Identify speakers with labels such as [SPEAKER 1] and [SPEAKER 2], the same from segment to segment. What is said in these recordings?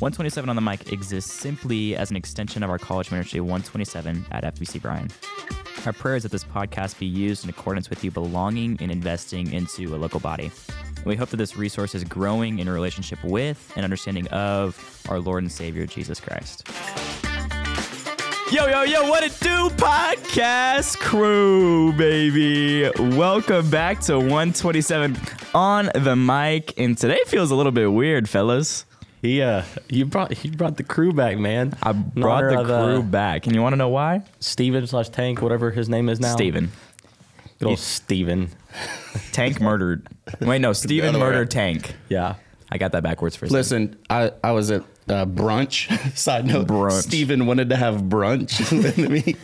[SPEAKER 1] 127 on the mic exists simply as an extension of our college ministry 127 at FBC Bryan. Our prayer is that this podcast be used in accordance with you belonging and investing into a local body. And we hope that this resource is growing in relationship with and understanding of our Lord and Savior Jesus Christ. Yo, yo, yo, what it do, podcast crew, baby. Welcome back to 127 on the mic. And today feels a little bit weird, fellas.
[SPEAKER 2] He uh, you brought he brought the crew back, man.
[SPEAKER 1] I brought the crew back. And you want to know why?
[SPEAKER 2] uh, Steven slash Tank, whatever his name is now.
[SPEAKER 1] Steven.
[SPEAKER 2] Good old Steven.
[SPEAKER 1] Tank murdered. Wait, no, Steven
[SPEAKER 3] other way.
[SPEAKER 1] murdered Tank.
[SPEAKER 2] Yeah.
[SPEAKER 1] I got that backwards for a second.
[SPEAKER 3] Listen, I, I was at uh, brunch. Side note,
[SPEAKER 1] Brunch.
[SPEAKER 3] Steven wanted to have brunch with me,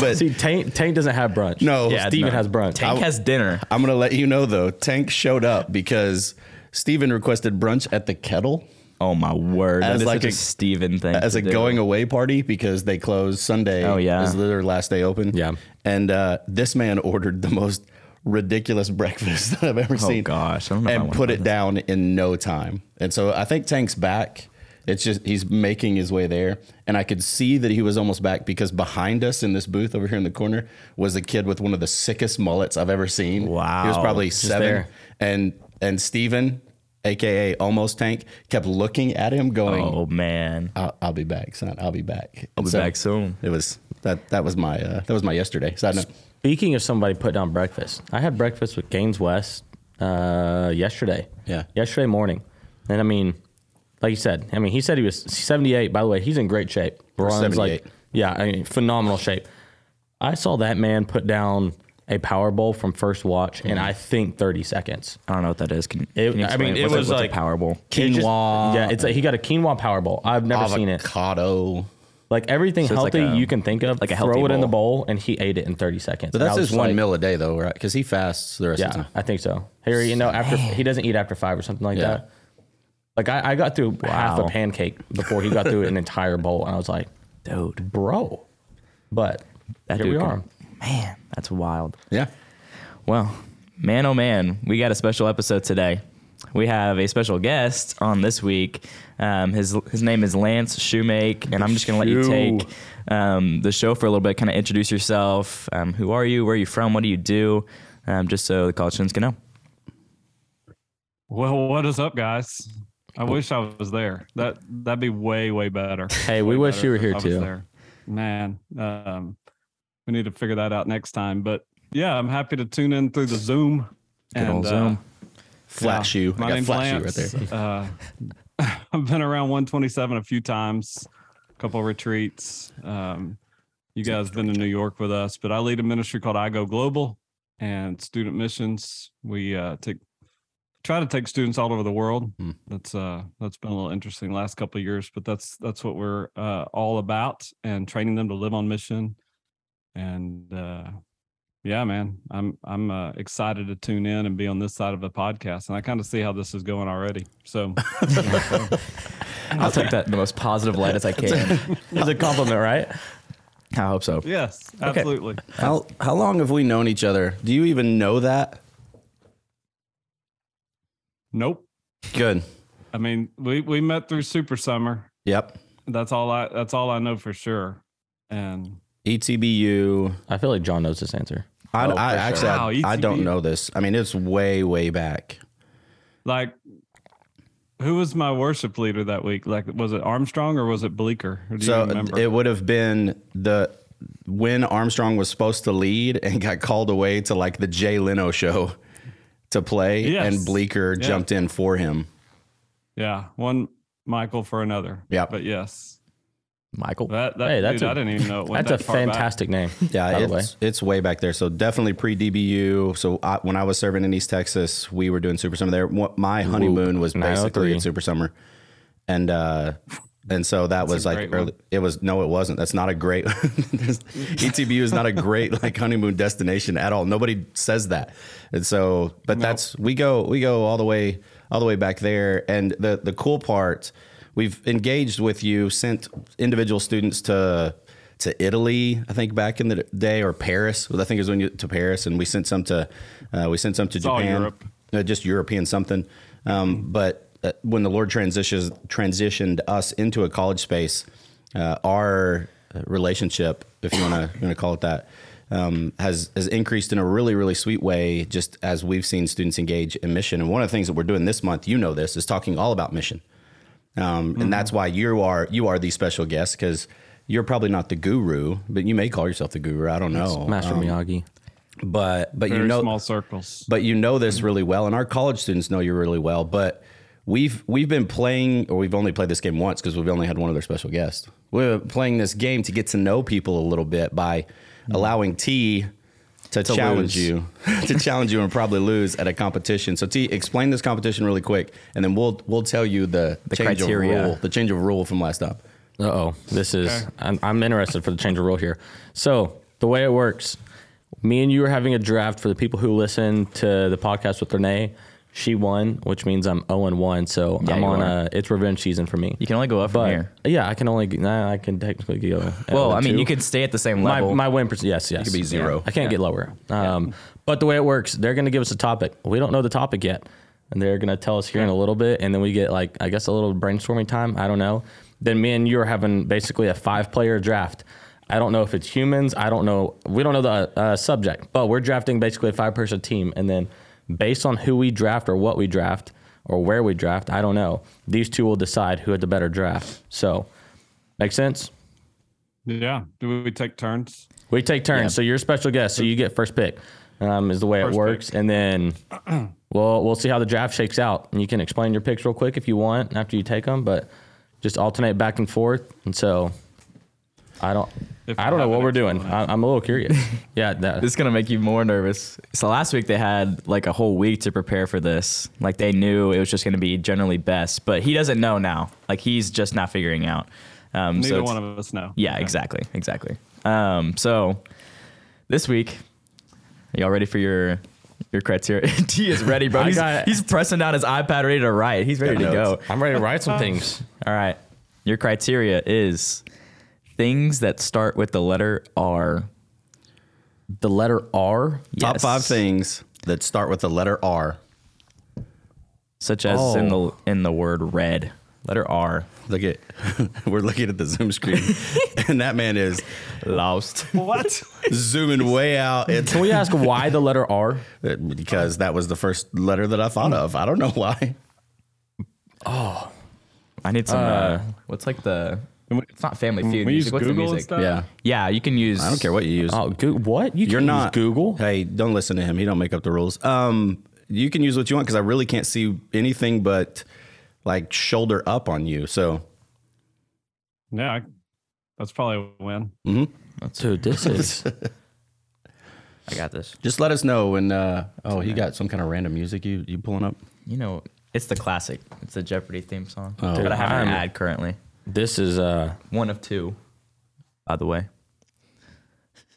[SPEAKER 3] but
[SPEAKER 2] See, Tank Tank doesn't have brunch.
[SPEAKER 3] no,
[SPEAKER 1] Yeah,
[SPEAKER 2] Steven
[SPEAKER 1] no.
[SPEAKER 2] has brunch.
[SPEAKER 1] Tank has dinner.
[SPEAKER 3] I'm gonna let you know though. Tank showed up because Steven requested brunch at the Kettle
[SPEAKER 1] Oh my word.
[SPEAKER 3] As
[SPEAKER 1] That is
[SPEAKER 3] like
[SPEAKER 1] such a
[SPEAKER 3] a-
[SPEAKER 1] Steven thing.
[SPEAKER 3] as
[SPEAKER 1] to
[SPEAKER 3] a
[SPEAKER 1] do.
[SPEAKER 3] going away party because they close Sunday.
[SPEAKER 1] Oh, yeah.
[SPEAKER 3] is their last day open.
[SPEAKER 2] Yeah.
[SPEAKER 3] and uh, this man ordered the most ridiculous breakfast that I've ever seen.
[SPEAKER 1] Oh, gosh. I don't know if I
[SPEAKER 3] and
[SPEAKER 1] wanna
[SPEAKER 3] put
[SPEAKER 1] buy
[SPEAKER 3] it down in no time. And so I think Tank's back. It's just he's making his way there, and I could see that he was almost back because behind us in this booth over here in the corner was a kid with one of the sickest mullets I've ever seen. he was
[SPEAKER 1] Wow.
[SPEAKER 3] probably
[SPEAKER 1] Just
[SPEAKER 3] seven,
[SPEAKER 2] there.
[SPEAKER 3] and and Steven, aka Almost Tank, kept looking at him, going,
[SPEAKER 1] Oh man.
[SPEAKER 3] I'll, "I'll be back, son. I'll be back. I'll
[SPEAKER 1] be back soon.
[SPEAKER 3] It was that that was my uh, that was my yesterday. Side note.
[SPEAKER 2] Speaking of somebody put down breakfast, I had breakfast with Gaines West uh, yesterday.
[SPEAKER 3] Yeah.
[SPEAKER 2] Yesterday morning. And I mean, like you said, I mean, he said he was 78. By the way, he's in great shape. Bron's like,
[SPEAKER 3] 78.
[SPEAKER 2] yeah, I mean, phenomenal shape. I saw that man put down a Power Bowl from first watch in,
[SPEAKER 1] Mm-hmm.
[SPEAKER 2] I think, 30 seconds.
[SPEAKER 1] I don't know what that is. Can,
[SPEAKER 2] It-
[SPEAKER 1] can you
[SPEAKER 2] I mean,
[SPEAKER 1] explain?
[SPEAKER 2] it
[SPEAKER 1] What's
[SPEAKER 2] was
[SPEAKER 1] what's
[SPEAKER 2] like-
[SPEAKER 1] a Power Bowl?
[SPEAKER 2] It just-
[SPEAKER 3] Quinoa. Oh,
[SPEAKER 2] yeah, it's like he got a quinoa Power Bowl. I've never seen it.
[SPEAKER 3] Avocado.
[SPEAKER 2] Like everything
[SPEAKER 1] it's like
[SPEAKER 2] healthy
[SPEAKER 1] a-
[SPEAKER 2] you can think of,
[SPEAKER 1] like
[SPEAKER 2] like
[SPEAKER 1] a
[SPEAKER 2] a throw
[SPEAKER 1] healthy
[SPEAKER 2] it in the
[SPEAKER 1] bowl.
[SPEAKER 2] bowl, and he ate it in 30 seconds.
[SPEAKER 3] But
[SPEAKER 2] And I
[SPEAKER 3] that's
[SPEAKER 2] was
[SPEAKER 3] his one
[SPEAKER 2] like-
[SPEAKER 3] meal a day, though, right? Because he fasts the rest of the
[SPEAKER 2] Yeah,
[SPEAKER 3] time.
[SPEAKER 2] I think so. Harry, you know, after he doesn't eat after five or something like
[SPEAKER 3] Yeah.
[SPEAKER 2] that. Like I, I got through half
[SPEAKER 1] Wow.
[SPEAKER 2] a pancake before he got through an entire bowl, and I was like,
[SPEAKER 1] Dude.
[SPEAKER 2] bro. But
[SPEAKER 1] That
[SPEAKER 2] here we
[SPEAKER 1] dude can-
[SPEAKER 2] are.
[SPEAKER 1] Man, that's wild.
[SPEAKER 3] Yeah.
[SPEAKER 1] Well, man, oh man, we got a special episode today. We have a special guest on this week. Um, his his name is Lance Shoemake, and I'm just going to let you
[SPEAKER 3] Shoe.
[SPEAKER 1] take um, the show for a little bit. Kind of introduce yourself. Um, who are you? Where are you from? What do you do? Um, just so the college students can know.
[SPEAKER 4] Well, what is up, guys? I wish I was there. That that'd be way way better.
[SPEAKER 2] Hey, we
[SPEAKER 4] Way
[SPEAKER 2] wish
[SPEAKER 4] better
[SPEAKER 2] you were
[SPEAKER 4] if
[SPEAKER 2] here
[SPEAKER 4] I was
[SPEAKER 2] too.
[SPEAKER 4] there. Man, um, we need to figure that out next time. But yeah, I'm happy to tune in through the Zoom. uh,
[SPEAKER 1] Good old Zoom.
[SPEAKER 3] Flat shoe. I
[SPEAKER 4] My
[SPEAKER 3] got
[SPEAKER 4] name's
[SPEAKER 3] flat
[SPEAKER 4] Lance.
[SPEAKER 3] shoe right there.
[SPEAKER 4] Uh, I've been around 127 a few times, a couple retreats. Um, you guys been to New York with us, but I lead a ministry called I Go Global and student missions. We uh, take try to take students all over the world.
[SPEAKER 3] Hmm.
[SPEAKER 4] That's uh, that's been a little interesting last couple of years, but that's that's what we're uh, all about and training them to live on mission. And uh, yeah, man, I'm I'm uh, excited to tune in and be on this side of the podcast, and I kind of see how this is going already. So
[SPEAKER 1] I'll take that in the most positive light as I can.
[SPEAKER 2] It's a compliment, right?
[SPEAKER 1] I hope so.
[SPEAKER 4] yes, absolutely.
[SPEAKER 3] How, how long have we known each other? Do you even know that?
[SPEAKER 4] Nope.
[SPEAKER 3] Good.
[SPEAKER 4] I mean, we we met through Super Summer.
[SPEAKER 3] Yep.
[SPEAKER 4] That's all I that's all I know for sure. And
[SPEAKER 3] E ETBU.
[SPEAKER 2] I feel like John knows this answer.
[SPEAKER 3] I,
[SPEAKER 2] Oh,
[SPEAKER 3] I
[SPEAKER 2] for
[SPEAKER 3] actually,
[SPEAKER 4] sure.
[SPEAKER 3] I-
[SPEAKER 4] Wow,
[SPEAKER 3] I
[SPEAKER 2] E
[SPEAKER 3] don't
[SPEAKER 4] ETBU.
[SPEAKER 3] know this. I mean, it's way, way back.
[SPEAKER 4] like, who was my worship leader that week? Like, was it Armstrong or was it Bleeker? Or do you
[SPEAKER 3] So
[SPEAKER 4] remember?
[SPEAKER 3] it would have been the when Armstrong was supposed to lead and got called away to like the Jay Leno show to play,
[SPEAKER 4] Yes.
[SPEAKER 3] and Bleeker
[SPEAKER 4] Yeah.
[SPEAKER 3] jumped in for him.
[SPEAKER 4] yeah, one Michael for another.
[SPEAKER 3] Yep.
[SPEAKER 4] But yes,
[SPEAKER 1] Michael.
[SPEAKER 4] that that
[SPEAKER 2] Hey, that's
[SPEAKER 4] dude, I
[SPEAKER 2] a-
[SPEAKER 4] I didn't even know. It went
[SPEAKER 2] That's a
[SPEAKER 4] that far back.
[SPEAKER 2] fantastic name.
[SPEAKER 3] Yeah,
[SPEAKER 2] by the way.
[SPEAKER 3] it's, it's way back there. So definitely pre DBU. So I, when I was serving in East Texas, we were doing Super Summer there. What- My honeymoon was basically
[SPEAKER 2] 903.
[SPEAKER 3] at Super Summer, and uh, and so that was
[SPEAKER 4] a
[SPEAKER 3] like
[SPEAKER 4] great one.
[SPEAKER 3] early. It was no, it wasn't. That's not a great. E there's- ETBU is not a great like honeymoon destination at all. Nobody says that, and so but that's we go we go all the way all the way back there. And the the cool part, we've engaged with you, sent individual students to to Italy, I think back in the day, or Paris. I think it was when you to Paris, and we sent some to uh, we sent some to
[SPEAKER 4] It's all
[SPEAKER 3] Japan.
[SPEAKER 4] Europe.
[SPEAKER 3] No, uh, just European something. Um, but uh, when the Lord transitions transitioned us into a college space, uh, our relationship, if you want to you want to call it that, um, has has increased in a really really sweet way. Just as we've seen students engage in mission, and one of the things that we're doing this month, you know this, is talking all about mission. Um, and that's why you are you are the special guest because you're probably not the guru, but you may call yourself the guru. I don't know,
[SPEAKER 2] Master
[SPEAKER 3] Um,
[SPEAKER 2] Miyagi.
[SPEAKER 3] But but
[SPEAKER 4] Very
[SPEAKER 3] you know,
[SPEAKER 4] small circles.
[SPEAKER 3] but you know this really well, and our college students know you really well. But we've we've been playing, or we've only played this game once because we've only had one other special guest. We're playing this game to get to know people a little bit by allowing T to, challenge
[SPEAKER 2] lose.
[SPEAKER 3] you, to challenge you, and probably lose at a competition. So T, explain this competition really quick, and then we'll we'll tell you the, change
[SPEAKER 1] criteria.
[SPEAKER 3] of rule, the change of rule from last up.
[SPEAKER 2] Uh oh. This is, I'm, I'm interested for the change of rule here. So, the way it works, me and you are having a draft for the people who listen to the podcast with Renee. She won, which means I'm 0 and 1. So,
[SPEAKER 1] Yeah,
[SPEAKER 2] I'm
[SPEAKER 1] you
[SPEAKER 2] on
[SPEAKER 1] are.
[SPEAKER 2] a, it's revenge season for me.
[SPEAKER 1] You can only go up from
[SPEAKER 2] but,
[SPEAKER 1] here.
[SPEAKER 2] Yeah, I can only, nah, I can technically go. at
[SPEAKER 1] Well, I mean,
[SPEAKER 2] two.
[SPEAKER 1] you could stay at the same
[SPEAKER 2] My,
[SPEAKER 1] level.
[SPEAKER 2] my win percent, yes, yes. It
[SPEAKER 3] could be zero.
[SPEAKER 2] I can't get lower. Um, But the way it works, they're going to give us a topic. We don't know the topic yet. And they're going to tell us here in a little bit. And then we get, like, I guess a little brainstorming time. I don't know. Then me and you are having basically a five player draft. I don't know if it's humans. I don't know. We don't know the uh, subject, but we're drafting basically a five person team. And then based on who we draft or what we draft or where we draft, I don't know. These two will decide who had the better draft. So, make sense?
[SPEAKER 4] yeah. Do we take turns?
[SPEAKER 2] We take turns. So you're a special guest. So you get first pick. Um, is the way
[SPEAKER 4] First
[SPEAKER 2] it works, and then we'll we'll see how the draft shakes out, and you can explain your picks real quick if you want after you take them, but just alternate back and forth. And so I don't
[SPEAKER 4] If
[SPEAKER 2] I
[SPEAKER 4] we
[SPEAKER 2] don't know
[SPEAKER 4] have
[SPEAKER 2] what
[SPEAKER 4] an
[SPEAKER 2] we're doing. I, I'm a little curious. yeah, that,
[SPEAKER 1] This is gonna make you more nervous. So last week they had like a whole week to prepare for this. Like they knew it was just gonna be generally best, but he doesn't know now. Like he's just not figuring out. Um, so
[SPEAKER 4] Neither
[SPEAKER 1] it's-
[SPEAKER 4] one of us know.
[SPEAKER 1] Yeah, exactly, exactly. Um, so this week, are y'all ready for your your criteria? T is ready, bro.
[SPEAKER 2] I
[SPEAKER 1] He's,
[SPEAKER 2] got-
[SPEAKER 1] he's pressing down his iPad, ready to write. He's ready to go.
[SPEAKER 2] I'm ready to write some things.
[SPEAKER 1] All right. Your criteria is things that start with the letter R.
[SPEAKER 2] The letter R.
[SPEAKER 3] Top
[SPEAKER 1] Yes.
[SPEAKER 3] five things that start with the letter R.
[SPEAKER 1] such as in the in the word red, letter R.
[SPEAKER 3] Look at we're looking at the Zoom screen, and that man is
[SPEAKER 1] Lost.
[SPEAKER 4] What?
[SPEAKER 3] zooming way out. It's
[SPEAKER 2] Can we ask why the letter R?
[SPEAKER 3] because that was the first letter that I thought of. I don't know why.
[SPEAKER 1] I need some. Uh, what's like the?
[SPEAKER 4] we-
[SPEAKER 1] It's not Family Feud
[SPEAKER 4] we
[SPEAKER 1] music.
[SPEAKER 4] use
[SPEAKER 1] What's
[SPEAKER 4] Google
[SPEAKER 1] the
[SPEAKER 4] and
[SPEAKER 1] music?
[SPEAKER 4] stuff?
[SPEAKER 3] Yeah,
[SPEAKER 1] Yeah, you can use.
[SPEAKER 3] I don't care what you use.
[SPEAKER 2] Oh, go- what you
[SPEAKER 3] You're
[SPEAKER 2] can use
[SPEAKER 3] not
[SPEAKER 2] Google.
[SPEAKER 3] Hey, don't listen to him. He don't make up the rules. Um, you can use what you want because I really can't see anything but like shoulder up on you. So
[SPEAKER 4] Yeah. I- That's probably a win.
[SPEAKER 2] Dude, this is
[SPEAKER 1] I got this.
[SPEAKER 3] just let us know when. Uh, oh, you got some kind of random music you you pulling up?
[SPEAKER 1] You know, it's the classic. It's the Jeopardy theme song.
[SPEAKER 3] Oh.
[SPEAKER 1] but I have an
[SPEAKER 2] I'm-
[SPEAKER 1] ad currently.
[SPEAKER 2] this is uh
[SPEAKER 1] One of two, by the way.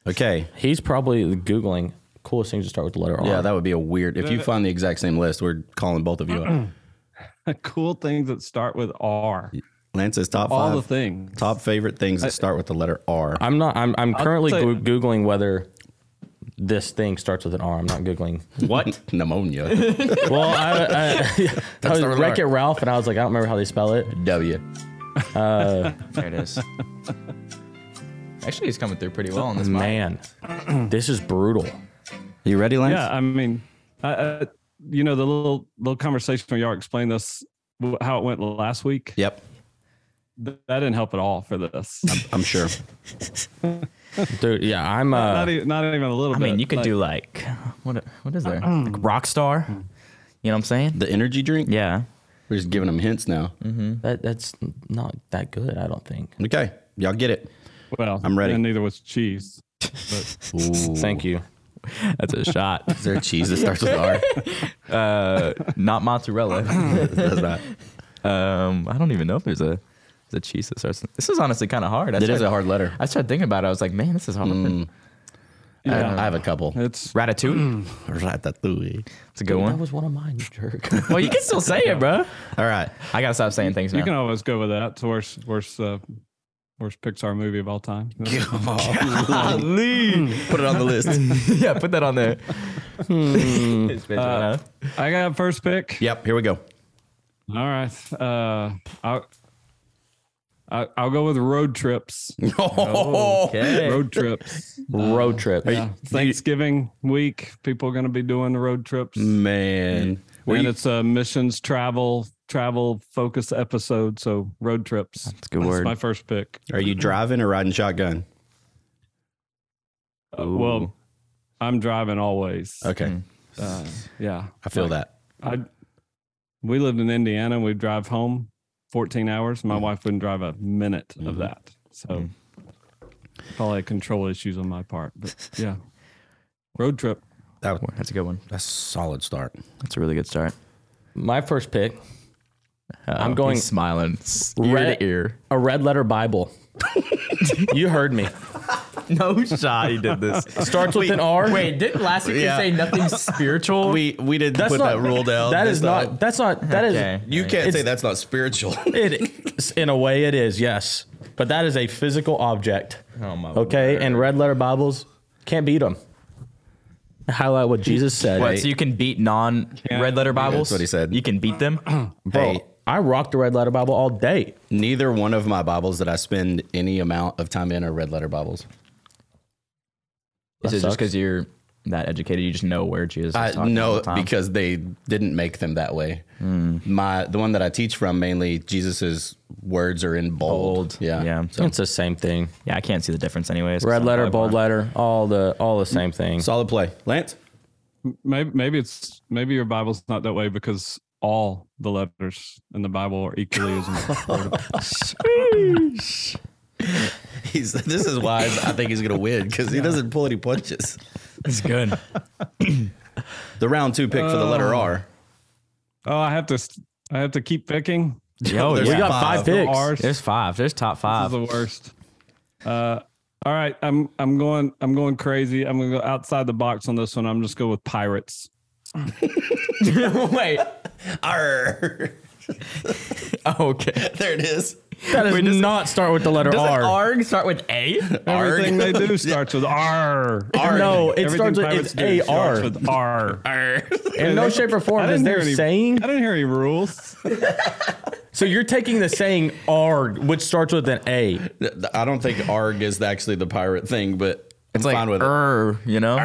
[SPEAKER 3] Okay.
[SPEAKER 2] he's probably googling coolest things to start with the letter R.
[SPEAKER 3] Yeah, that would be a weird. If you find the exact same list, we're calling both of you up.
[SPEAKER 4] cool things that start with R.
[SPEAKER 3] Lance is top
[SPEAKER 4] All
[SPEAKER 3] five.
[SPEAKER 4] the things.
[SPEAKER 3] Top favorite things that start with the letter R.
[SPEAKER 2] I'm not. I'm. I'm currently
[SPEAKER 4] tell you-
[SPEAKER 2] goo- googling whether this thing starts with an R. I'm not googling.
[SPEAKER 1] What?
[SPEAKER 3] Pneumonia.
[SPEAKER 2] well, I, I, I was
[SPEAKER 3] the word.
[SPEAKER 2] Wreck It Ralph, and I was like, I don't remember how they spell it.
[SPEAKER 3] w.
[SPEAKER 1] there it is. Actually, he's coming through pretty well on
[SPEAKER 2] Mm,
[SPEAKER 1] this. mic.
[SPEAKER 2] Man, this is brutal.
[SPEAKER 3] You ready, Lance?
[SPEAKER 4] Yeah, I mean, I, I, you know, the little little conversation where y'all explained this wh- how it went last week.
[SPEAKER 3] Yep.
[SPEAKER 4] th- that didn't help at all for this.
[SPEAKER 3] I'm sure.
[SPEAKER 2] Dude, yeah, I'm. Uh,
[SPEAKER 4] not, even, not even a little
[SPEAKER 1] I
[SPEAKER 4] bit.
[SPEAKER 1] mean, you could
[SPEAKER 4] like,
[SPEAKER 1] do like what? What is there? Like rock star. You know what I'm saying?
[SPEAKER 3] The energy drink?
[SPEAKER 1] Yeah.
[SPEAKER 3] We're just giving them hints now.
[SPEAKER 2] that, that's not that good. I don't think.
[SPEAKER 3] Okay. Y'all get it.
[SPEAKER 4] Well,
[SPEAKER 3] I'm ready.
[SPEAKER 4] And neither was cheese.
[SPEAKER 2] Thank you.
[SPEAKER 1] That's a shot.
[SPEAKER 3] Is there a cheese that starts with R?
[SPEAKER 1] Not mozzarella.
[SPEAKER 3] That's not.
[SPEAKER 1] Um, I don't even know if there's a there's a cheese that starts. This is honestly kind of hard. I
[SPEAKER 3] It
[SPEAKER 1] started,
[SPEAKER 3] is a hard letter.
[SPEAKER 1] I started thinking about it. I was like, man, this is hard.
[SPEAKER 4] Yeah,
[SPEAKER 3] I, I have a couple.
[SPEAKER 4] it's
[SPEAKER 1] Ratatouille.
[SPEAKER 3] Ratatouille.
[SPEAKER 1] It's a good
[SPEAKER 2] That
[SPEAKER 1] one.
[SPEAKER 2] was one of mine, you jerk.
[SPEAKER 1] Well, you can still say it, bro.
[SPEAKER 3] All right.
[SPEAKER 1] I gotta stop saying things
[SPEAKER 4] you
[SPEAKER 1] now.
[SPEAKER 4] can always go with that. It's worse, worse. Uh, worst Pixar movie of all time.
[SPEAKER 1] Golly.
[SPEAKER 3] Put it on the list.
[SPEAKER 1] yeah, put that on there. It's been-
[SPEAKER 4] Uh, I got first pick.
[SPEAKER 3] Yep, here we go.
[SPEAKER 4] All right. Uh, I, I I'll go with road trips.
[SPEAKER 1] okay.
[SPEAKER 4] Road trips.
[SPEAKER 2] road trip.
[SPEAKER 4] Yeah. Thanksgiving week, people are going to be doing the road
[SPEAKER 1] Mm.
[SPEAKER 4] trips,
[SPEAKER 3] Man. Were
[SPEAKER 4] and
[SPEAKER 3] you,
[SPEAKER 4] it's a missions travel travel focus episode. So road trips. That's
[SPEAKER 1] a good word.
[SPEAKER 4] my first pick.
[SPEAKER 3] are you driving or riding shotgun?
[SPEAKER 4] Uh,
[SPEAKER 1] Ooh.
[SPEAKER 4] well, I'm driving always.
[SPEAKER 3] Okay.
[SPEAKER 4] Uh, yeah,
[SPEAKER 3] I feel that.
[SPEAKER 4] I we lived in Indiana. and We'd drive home 14 hours. My wife wouldn't drive a minute of that. So probably control issues on my part. But yeah, road trip.
[SPEAKER 3] that.
[SPEAKER 1] That's a good one.
[SPEAKER 3] That's a solid start.
[SPEAKER 1] That's a really good start.
[SPEAKER 2] My first pick,
[SPEAKER 1] Uh-oh,
[SPEAKER 2] I'm going
[SPEAKER 1] he's smiling s-
[SPEAKER 2] Red-
[SPEAKER 1] ear.
[SPEAKER 2] a red letter Bible. you heard me.
[SPEAKER 1] No shot he did this.
[SPEAKER 2] Starts with an R.
[SPEAKER 1] Wait, didn't last week
[SPEAKER 3] Yeah.
[SPEAKER 1] you say nothing spiritual?
[SPEAKER 3] We we didn't
[SPEAKER 2] that's
[SPEAKER 3] put
[SPEAKER 2] not
[SPEAKER 3] that rule down.
[SPEAKER 2] That is
[SPEAKER 3] That's
[SPEAKER 2] not. That's not. That is.
[SPEAKER 1] Okay.
[SPEAKER 3] You can't say that's not spiritual.
[SPEAKER 2] It in a way it is yes, but that is a physical object.
[SPEAKER 1] Oh, my
[SPEAKER 2] okay,
[SPEAKER 1] word.
[SPEAKER 2] and red letter Bibles can't beat them. Highlight what Jesus said.
[SPEAKER 1] What, so you can beat non red letter Bibles?
[SPEAKER 3] what he said.
[SPEAKER 1] You can beat them?
[SPEAKER 2] Bro,
[SPEAKER 3] Hey.
[SPEAKER 2] I rocked the red letter Bible all day.
[SPEAKER 3] Neither one of my Bibles that I spend any amount of time in are red letter Bibles.
[SPEAKER 1] Is it
[SPEAKER 2] sucks.
[SPEAKER 1] just because you're that educated? You just know where Jesus is
[SPEAKER 3] I
[SPEAKER 1] talking all
[SPEAKER 3] no,
[SPEAKER 1] the time?
[SPEAKER 3] because they didn't make them that way. My the one that I teach from mainly Jesus's words are in bold.
[SPEAKER 1] Bold.
[SPEAKER 3] Yeah.
[SPEAKER 1] Yeah.
[SPEAKER 2] It's the same thing.
[SPEAKER 1] Yeah, I can't see the difference anyways. 'cause
[SPEAKER 2] Red
[SPEAKER 1] I'm
[SPEAKER 2] letter,
[SPEAKER 1] colorblind.
[SPEAKER 2] bold letter, all the all the same thing.
[SPEAKER 3] Solid play. Lance?
[SPEAKER 4] Maybe maybe it's maybe your Bible's not that way because all the letters in the Bible are equally as important.
[SPEAKER 3] He's this is why I think he's gonna win because he doesn't pull any punches.
[SPEAKER 1] It's good.
[SPEAKER 3] The round two pick for the letter R.
[SPEAKER 4] oh, I have to s- I have to keep picking.
[SPEAKER 1] Yo,
[SPEAKER 3] There's
[SPEAKER 2] we
[SPEAKER 1] yeah.
[SPEAKER 2] got
[SPEAKER 3] five.
[SPEAKER 2] five,
[SPEAKER 4] The
[SPEAKER 2] picks.
[SPEAKER 4] R's.
[SPEAKER 1] There's five. There's top
[SPEAKER 4] This
[SPEAKER 1] five.
[SPEAKER 4] is the worst. Uh, all right, I'm I'm going I'm going crazy. I'm going to go outside the box on this one. I'm just go with pirates.
[SPEAKER 1] Wait.
[SPEAKER 3] R.
[SPEAKER 1] Okay.
[SPEAKER 3] There it is.
[SPEAKER 2] That does not start with the letter R.
[SPEAKER 1] Arg start with A?
[SPEAKER 4] Everything they do starts with R.
[SPEAKER 3] R.
[SPEAKER 2] No, it
[SPEAKER 4] Everything
[SPEAKER 2] starts with
[SPEAKER 4] pirates
[SPEAKER 2] it's
[SPEAKER 4] do
[SPEAKER 2] A
[SPEAKER 4] starts
[SPEAKER 2] R.
[SPEAKER 4] with R.
[SPEAKER 2] In no shape or form
[SPEAKER 4] I
[SPEAKER 2] is
[SPEAKER 4] didn't hear
[SPEAKER 2] there
[SPEAKER 4] any-
[SPEAKER 2] saying.
[SPEAKER 4] I didn't hear any rules.
[SPEAKER 2] So you're taking the saying R, which starts with an A.
[SPEAKER 3] I don't think arg is actually the pirate thing, but
[SPEAKER 1] It's
[SPEAKER 3] it's I'm
[SPEAKER 1] like
[SPEAKER 3] fine with it.
[SPEAKER 1] er, you know?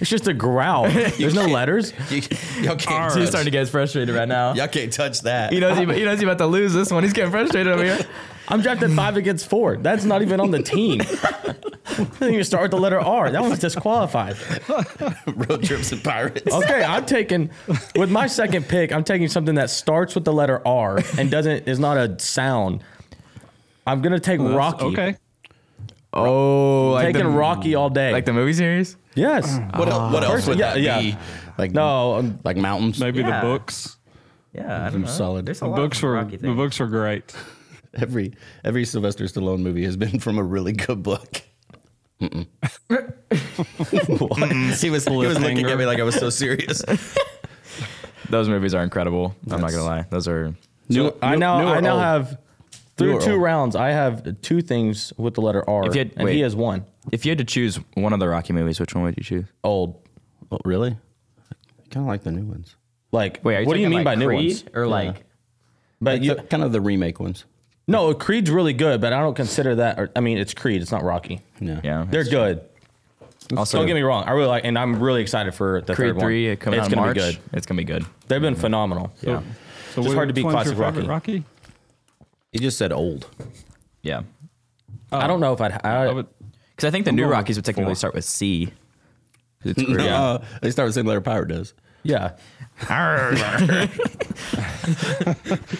[SPEAKER 2] It's just a growl. There's no letters.
[SPEAKER 3] You, y'all can't
[SPEAKER 1] He's
[SPEAKER 3] touch,
[SPEAKER 1] starting to get frustrated right now.
[SPEAKER 3] y'all can't touch that.
[SPEAKER 1] He knows he, he knows he's about to lose this one. He's getting frustrated over here.
[SPEAKER 2] I'm drafted five against four. That's not even on the team. I think you start with the letter R. That one's disqualified.
[SPEAKER 3] road trips and pirates.
[SPEAKER 2] Okay, I'm taking with my second pick. I'm taking something that starts with the letter R and doesn't is not a sound. I'm gonna take Rocky.
[SPEAKER 4] Okay.
[SPEAKER 1] Oh, like
[SPEAKER 2] taking
[SPEAKER 1] the,
[SPEAKER 2] Rocky all day.
[SPEAKER 1] like the Mm. movie series?
[SPEAKER 2] yes.
[SPEAKER 3] What, el- what else would
[SPEAKER 2] Ah. yeah,
[SPEAKER 3] that
[SPEAKER 2] yeah.
[SPEAKER 3] be? Like
[SPEAKER 2] No. um,
[SPEAKER 3] like mountains.
[SPEAKER 4] Maybe
[SPEAKER 1] Yeah.
[SPEAKER 4] the books.
[SPEAKER 1] Yeah, I don't know.
[SPEAKER 3] solid.
[SPEAKER 1] There's a
[SPEAKER 3] The
[SPEAKER 1] lot
[SPEAKER 4] Books
[SPEAKER 1] of
[SPEAKER 4] were
[SPEAKER 1] Rocky
[SPEAKER 4] the
[SPEAKER 1] things.
[SPEAKER 4] books were great.
[SPEAKER 3] Every every Sylvester Stallone movie has been from a really good book. Mm-mm. What? he was he was looking at me
[SPEAKER 4] Cliffhanger.
[SPEAKER 3] like I was so serious.
[SPEAKER 1] Those movies are incredible. I'm not gonna lie. Those are
[SPEAKER 3] New-
[SPEAKER 2] I
[SPEAKER 3] new-
[SPEAKER 2] now
[SPEAKER 3] newer
[SPEAKER 2] I now
[SPEAKER 3] old.
[SPEAKER 2] have through
[SPEAKER 3] or
[SPEAKER 2] two
[SPEAKER 3] old?
[SPEAKER 2] rounds. I have two things with the letter R,
[SPEAKER 1] If you had-
[SPEAKER 2] and
[SPEAKER 1] wait.
[SPEAKER 2] he has one.
[SPEAKER 1] if you had to choose one of the Rocky movies, which one would you choose?
[SPEAKER 2] Old.
[SPEAKER 3] Oh, really. I kind of like the new ones,
[SPEAKER 2] Like
[SPEAKER 1] Wait, are
[SPEAKER 2] what do you
[SPEAKER 1] talking,
[SPEAKER 2] mean by
[SPEAKER 1] like,
[SPEAKER 2] new
[SPEAKER 1] Creed
[SPEAKER 2] ones?
[SPEAKER 1] Or like
[SPEAKER 2] But you,
[SPEAKER 3] kind of the remake ones.
[SPEAKER 2] no, Creed's really good, but I don't consider that. Or, I mean, it's Creed. It's not Rocky.
[SPEAKER 3] Yeah,
[SPEAKER 1] yeah,
[SPEAKER 2] They're good.
[SPEAKER 1] also
[SPEAKER 2] Don't get me wrong. I really like, and I'm really excited for the
[SPEAKER 1] Creed
[SPEAKER 2] third
[SPEAKER 1] three
[SPEAKER 2] one.
[SPEAKER 1] it coming
[SPEAKER 2] it's
[SPEAKER 1] out in
[SPEAKER 2] gonna
[SPEAKER 1] March.
[SPEAKER 2] be good.
[SPEAKER 1] It's gonna be good.
[SPEAKER 2] They've been phenomenal.
[SPEAKER 1] Yeah,
[SPEAKER 4] So
[SPEAKER 2] Just
[SPEAKER 4] wh-
[SPEAKER 2] hard to
[SPEAKER 4] which
[SPEAKER 2] beat
[SPEAKER 4] one's your
[SPEAKER 2] classic Rocky.
[SPEAKER 4] favorite Rocky?
[SPEAKER 3] He just said old.
[SPEAKER 1] yeah.
[SPEAKER 2] I don't know if I'd. I,
[SPEAKER 4] I would
[SPEAKER 1] Because I think the new
[SPEAKER 4] going
[SPEAKER 1] Rockies would technically start with C. 'Cause It's Creed.
[SPEAKER 3] Uh, they start with the same letter pirate does.
[SPEAKER 2] yeah.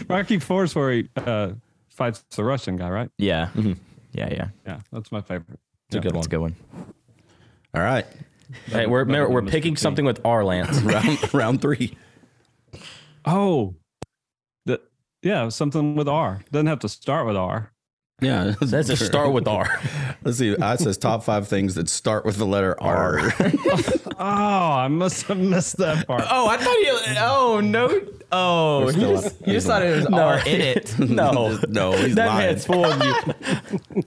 [SPEAKER 4] Rocky Four is where he uh, fights the Russian guy, right?
[SPEAKER 1] Yeah, mm-hmm. yeah, yeah.
[SPEAKER 4] Yeah, that's my favorite.
[SPEAKER 2] It's a good
[SPEAKER 1] That's
[SPEAKER 2] one.
[SPEAKER 1] a good one.
[SPEAKER 3] All right,
[SPEAKER 2] Hey, we're
[SPEAKER 4] Better
[SPEAKER 2] we're
[SPEAKER 4] than Mr.
[SPEAKER 2] picking
[SPEAKER 4] T.
[SPEAKER 2] something with R, Lance.
[SPEAKER 3] round round three.
[SPEAKER 4] Oh, the yeah, something with R. Doesn't have to start with R.
[SPEAKER 3] Yeah,
[SPEAKER 2] Let's just start with R.
[SPEAKER 3] Let's see. I says top five things that start with the letter R.
[SPEAKER 4] Oh, I must have missed that part.
[SPEAKER 1] Oh, I thought he. Oh no. Oh,
[SPEAKER 3] We're
[SPEAKER 1] you
[SPEAKER 3] still
[SPEAKER 1] just,
[SPEAKER 3] on-
[SPEAKER 1] you
[SPEAKER 3] we're
[SPEAKER 1] just
[SPEAKER 3] still
[SPEAKER 1] thought
[SPEAKER 3] on.
[SPEAKER 1] it was R
[SPEAKER 2] No.
[SPEAKER 1] in it.
[SPEAKER 2] No,
[SPEAKER 3] No, he's
[SPEAKER 2] that
[SPEAKER 3] lying.
[SPEAKER 2] man's fooling you.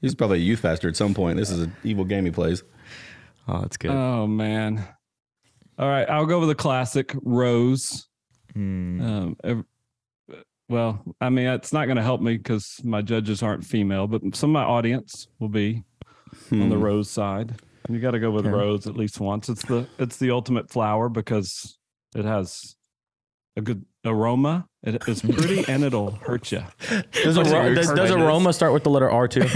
[SPEAKER 3] He's probably a youth pastor at some point. This is an evil game he plays.
[SPEAKER 2] Oh, that's good.
[SPEAKER 4] Oh man. All right, I'll go with a classic Rose.
[SPEAKER 1] Hmm.
[SPEAKER 2] Mm.
[SPEAKER 4] Um, ev- well, I mean, it's not going to help me because my judges aren't female, but some of my audience will be
[SPEAKER 2] Hmm.
[SPEAKER 4] on
[SPEAKER 2] Mm.
[SPEAKER 4] the rose side. You got to go with
[SPEAKER 1] Okay.
[SPEAKER 4] rose at least once. It's the it's the ultimate flower because it has a good aroma. It, it's pretty and it'll hurt you.
[SPEAKER 2] Does,
[SPEAKER 1] What's
[SPEAKER 2] aro-
[SPEAKER 1] your
[SPEAKER 2] does, does
[SPEAKER 1] turn?
[SPEAKER 2] aroma start with the letter R too?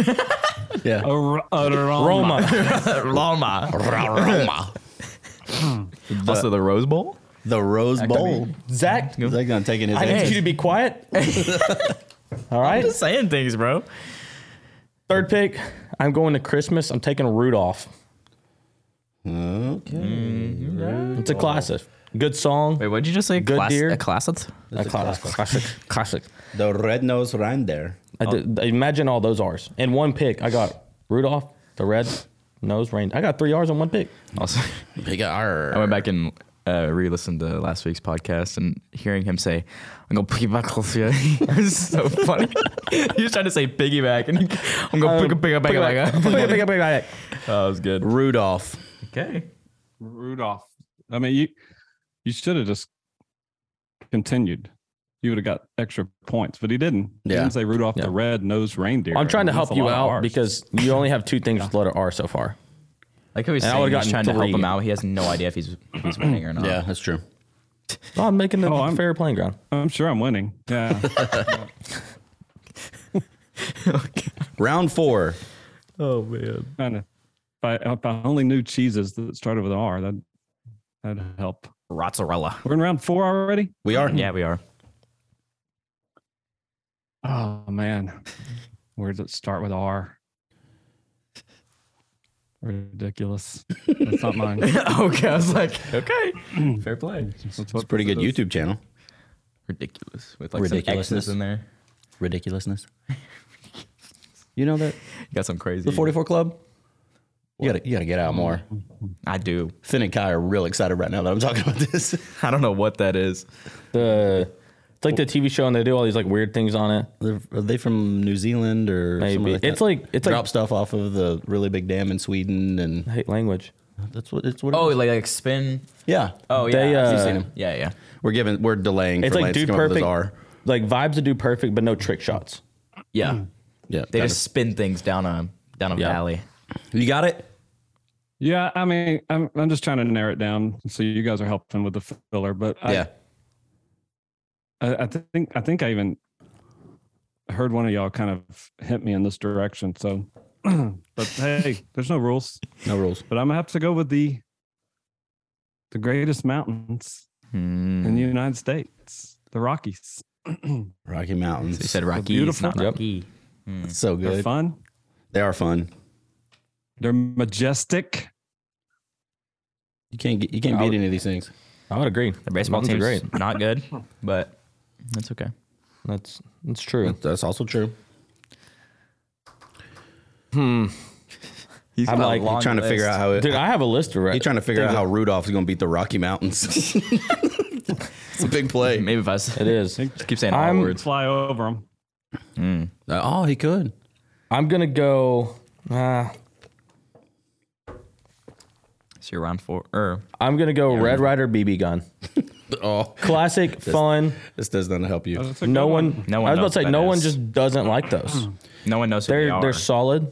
[SPEAKER 3] Yeah.
[SPEAKER 4] Ar- aroma.
[SPEAKER 2] Roma.
[SPEAKER 5] Uh,
[SPEAKER 1] Roma. also the Rose Bowl.
[SPEAKER 3] The Rose
[SPEAKER 1] W.
[SPEAKER 3] Bowl. Zach. Zach not taking his
[SPEAKER 2] I need
[SPEAKER 3] answer.
[SPEAKER 2] you to be quiet. All right.
[SPEAKER 1] Just saying things, bro.
[SPEAKER 2] Third pick. I'm going to Christmas. I'm taking Rudolph.
[SPEAKER 3] Okay.
[SPEAKER 2] It's a classic. Good song.
[SPEAKER 1] Wait, what did you just say?
[SPEAKER 2] Good
[SPEAKER 1] Class-
[SPEAKER 2] deer.
[SPEAKER 1] A classic?
[SPEAKER 2] A classic. Classic. classic. Uh,
[SPEAKER 3] The red nosed reindeer.
[SPEAKER 2] I did- imagine all those R's. In one pick, I got Rudolph, the red nose range. I got three R's on one pick.
[SPEAKER 5] Also,
[SPEAKER 3] Big R.
[SPEAKER 5] I went back and uh, re-listened to last week's podcast and hearing him say, "I'm gonna piggyback off you." it was so funny. he was trying to say piggyback, and he- I'm gonna
[SPEAKER 2] Um,
[SPEAKER 5] pick a piggyback.
[SPEAKER 2] Pick it, pick it, pick it.
[SPEAKER 5] That was good.
[SPEAKER 3] Rudolph.
[SPEAKER 5] Okay.
[SPEAKER 4] Rudolph. I mean, you you should have just continued. You would have got extra points, but he didn't. He
[SPEAKER 3] Yeah.
[SPEAKER 4] didn't say Rudolph
[SPEAKER 2] Yeah.
[SPEAKER 4] the red-nosed reindeer.
[SPEAKER 2] I'm trying to
[SPEAKER 4] I mean, that's
[SPEAKER 2] help
[SPEAKER 4] a
[SPEAKER 2] you
[SPEAKER 4] lot of
[SPEAKER 2] out
[SPEAKER 4] Rs.
[SPEAKER 2] because you only have two things with the letter R so far.
[SPEAKER 1] Like how he's
[SPEAKER 2] And I
[SPEAKER 1] saying,
[SPEAKER 2] would've
[SPEAKER 1] he's
[SPEAKER 2] gotten
[SPEAKER 1] trying to help
[SPEAKER 2] three.
[SPEAKER 1] him out. He has no idea if he's, if he's winning or not.
[SPEAKER 3] Yeah, that's true.
[SPEAKER 2] Oh, I'm making the
[SPEAKER 4] Oh, I'm-
[SPEAKER 2] fair playing ground.
[SPEAKER 4] I'm sure I'm winning. Yeah.
[SPEAKER 3] Round four.
[SPEAKER 1] Oh man.
[SPEAKER 4] kind of. If I, if I only knew cheeses that started with an R, that that'd help.
[SPEAKER 1] Rotzarella.
[SPEAKER 4] We're in round four already.
[SPEAKER 3] We are.
[SPEAKER 1] Yeah, we are.
[SPEAKER 4] Oh man, where does it start with R? Ridiculous. That's not mine.
[SPEAKER 5] okay. I was like, okay. Fair play.
[SPEAKER 4] That's
[SPEAKER 3] It's a pretty good YouTube channel.
[SPEAKER 5] Ridiculous. With like
[SPEAKER 3] Ridiculousness.
[SPEAKER 5] some X's in there.
[SPEAKER 3] Ridiculousness. You know that?
[SPEAKER 5] You got some crazy.
[SPEAKER 2] The 44 Club.
[SPEAKER 3] You gotta, you gotta get out more.
[SPEAKER 5] I do.
[SPEAKER 3] Finn and Kai are real excited right now that I'm talking about this.
[SPEAKER 5] I don't know what that is.
[SPEAKER 2] The it's like the TV show and they do all these like weird things on it.
[SPEAKER 3] They're- Are they from New Zealand or somewhere
[SPEAKER 2] Maybe
[SPEAKER 3] like
[SPEAKER 2] it's
[SPEAKER 3] that?
[SPEAKER 2] like it's like
[SPEAKER 3] drop stuff off of the really big dam in Sweden, and
[SPEAKER 2] I hate language.
[SPEAKER 3] that's what it's what.
[SPEAKER 1] Oh,
[SPEAKER 3] it is.
[SPEAKER 1] like, like spin.
[SPEAKER 3] yeah.
[SPEAKER 1] Oh yeah,
[SPEAKER 2] They,
[SPEAKER 1] I've
[SPEAKER 2] uh,
[SPEAKER 1] seen him. Yeah, yeah.
[SPEAKER 3] We're giving we're delaying.
[SPEAKER 2] It's
[SPEAKER 3] for
[SPEAKER 2] like
[SPEAKER 3] Lance to
[SPEAKER 2] dude
[SPEAKER 3] come up with his
[SPEAKER 2] perfect.
[SPEAKER 3] R.
[SPEAKER 2] Like vibes to do perfect, but no trick shots.
[SPEAKER 1] Yeah.
[SPEAKER 3] Yeah,
[SPEAKER 1] They
[SPEAKER 3] got
[SPEAKER 1] just spin things down a down a
[SPEAKER 2] Yeah.
[SPEAKER 1] valley.
[SPEAKER 3] it. you got it.
[SPEAKER 4] Yeah, I mean, I'm I'm just trying to narrow it down. So you guys are helping with the filler, but I,
[SPEAKER 3] yeah,
[SPEAKER 4] I, I think I think I even heard one of y'all kind of hit me in this direction. So, but hey, there's no rules.
[SPEAKER 3] no rules.
[SPEAKER 4] But I'm gonna have to go with the the greatest mountains
[SPEAKER 5] Hmm.
[SPEAKER 4] in the United States, the Rockies.
[SPEAKER 3] Rocky Mountains.
[SPEAKER 5] They said Rocky.
[SPEAKER 4] beautiful.
[SPEAKER 5] Not
[SPEAKER 2] Yep.
[SPEAKER 1] Rocky.
[SPEAKER 3] so
[SPEAKER 4] They're
[SPEAKER 3] good.
[SPEAKER 4] fun.
[SPEAKER 3] They are fun.
[SPEAKER 4] They're majestic.
[SPEAKER 3] You can't get, you can't beat any of these things.
[SPEAKER 2] I would agree.
[SPEAKER 1] The baseball
[SPEAKER 2] Mountains
[SPEAKER 1] team's
[SPEAKER 2] are
[SPEAKER 1] great. not good, but that's okay.
[SPEAKER 2] That's that's true.
[SPEAKER 3] That's also true.
[SPEAKER 5] He's
[SPEAKER 2] I'm
[SPEAKER 5] got a
[SPEAKER 2] like-
[SPEAKER 5] long
[SPEAKER 3] Trying to figure
[SPEAKER 5] list.
[SPEAKER 3] out how it.
[SPEAKER 2] Dude, I have a list to
[SPEAKER 3] He's
[SPEAKER 2] write.
[SPEAKER 3] trying to figure out how Rudolph is going to beat the Rocky Mountains. it's a big play.
[SPEAKER 5] Maybe if I s-
[SPEAKER 2] It is.
[SPEAKER 5] just keep saying all
[SPEAKER 2] I'm-
[SPEAKER 5] words.
[SPEAKER 4] Fly over them.
[SPEAKER 3] Uh, oh, he could.
[SPEAKER 2] I'm gonna go. Uh,
[SPEAKER 1] So you're round four.
[SPEAKER 5] er,
[SPEAKER 1] Or
[SPEAKER 2] I'm gonna go Red Rider BB gun.
[SPEAKER 3] Oh,
[SPEAKER 2] Classic, fun.
[SPEAKER 3] this does not help you.
[SPEAKER 4] That's a
[SPEAKER 2] No
[SPEAKER 4] good
[SPEAKER 2] one.
[SPEAKER 1] No
[SPEAKER 2] I
[SPEAKER 1] one
[SPEAKER 2] was about
[SPEAKER 1] knows
[SPEAKER 2] to say
[SPEAKER 1] what
[SPEAKER 2] no
[SPEAKER 1] that
[SPEAKER 2] one
[SPEAKER 1] is.
[SPEAKER 2] just doesn't like those.
[SPEAKER 1] no one knows who they
[SPEAKER 2] They're
[SPEAKER 1] are.
[SPEAKER 2] they're solid.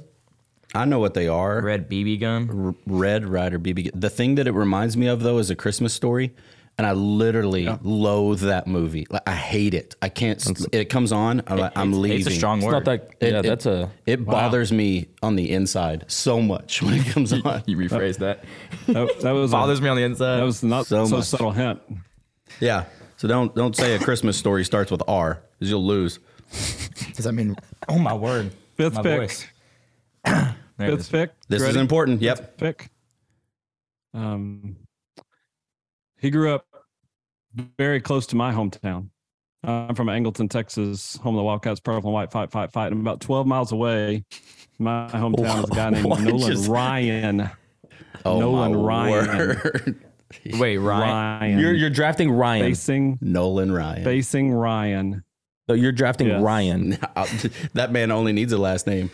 [SPEAKER 3] I know what they are.
[SPEAKER 1] Red BB gun.
[SPEAKER 3] R- Red Rider BB. The thing that it reminds me of though is a Christmas story, and I literally loathe that movie. Like I hate it. I can't. s- It comes on. I'm, like, I'm leaving.
[SPEAKER 1] It's a strong
[SPEAKER 2] It's
[SPEAKER 1] word.
[SPEAKER 2] not that.
[SPEAKER 3] It-
[SPEAKER 2] yeah,
[SPEAKER 3] it-
[SPEAKER 2] that's a.
[SPEAKER 3] It bothers me on the inside so much when it comes on.
[SPEAKER 5] You rephrase that.
[SPEAKER 4] one. That, that was a-
[SPEAKER 5] Bothers me on the
[SPEAKER 4] that
[SPEAKER 5] inside.
[SPEAKER 4] was not
[SPEAKER 3] so
[SPEAKER 4] so,
[SPEAKER 3] much.
[SPEAKER 4] subtle hint.
[SPEAKER 3] yeah. So don't don't say a Christmas story starts with R, because you'll lose.
[SPEAKER 1] Does that mean? Oh my word.
[SPEAKER 4] Fifth
[SPEAKER 1] my
[SPEAKER 4] pick.
[SPEAKER 1] voice. There it
[SPEAKER 4] Fifth
[SPEAKER 1] is.
[SPEAKER 4] pick.
[SPEAKER 3] This
[SPEAKER 4] Ready?
[SPEAKER 3] is important. Yep.
[SPEAKER 4] pick. Um, he grew up very close to my hometown. I'm from Angleton, Texas, home of the Wildcats, purple and white, fight, fight, fight. And about 12 miles away, my hometown is a guy named
[SPEAKER 3] Why
[SPEAKER 4] Nolan
[SPEAKER 3] just-
[SPEAKER 4] Ryan.
[SPEAKER 3] Oh
[SPEAKER 4] Nolan
[SPEAKER 3] my
[SPEAKER 4] Ryan.
[SPEAKER 3] word.
[SPEAKER 5] Wait, Ryan.
[SPEAKER 4] Ryan.
[SPEAKER 2] You're you're drafting Ryan.
[SPEAKER 4] facing
[SPEAKER 3] Nolan Ryan.
[SPEAKER 4] facing Ryan.
[SPEAKER 2] So you're drafting
[SPEAKER 4] Yes.
[SPEAKER 2] Ryan.
[SPEAKER 3] that man only needs a last name.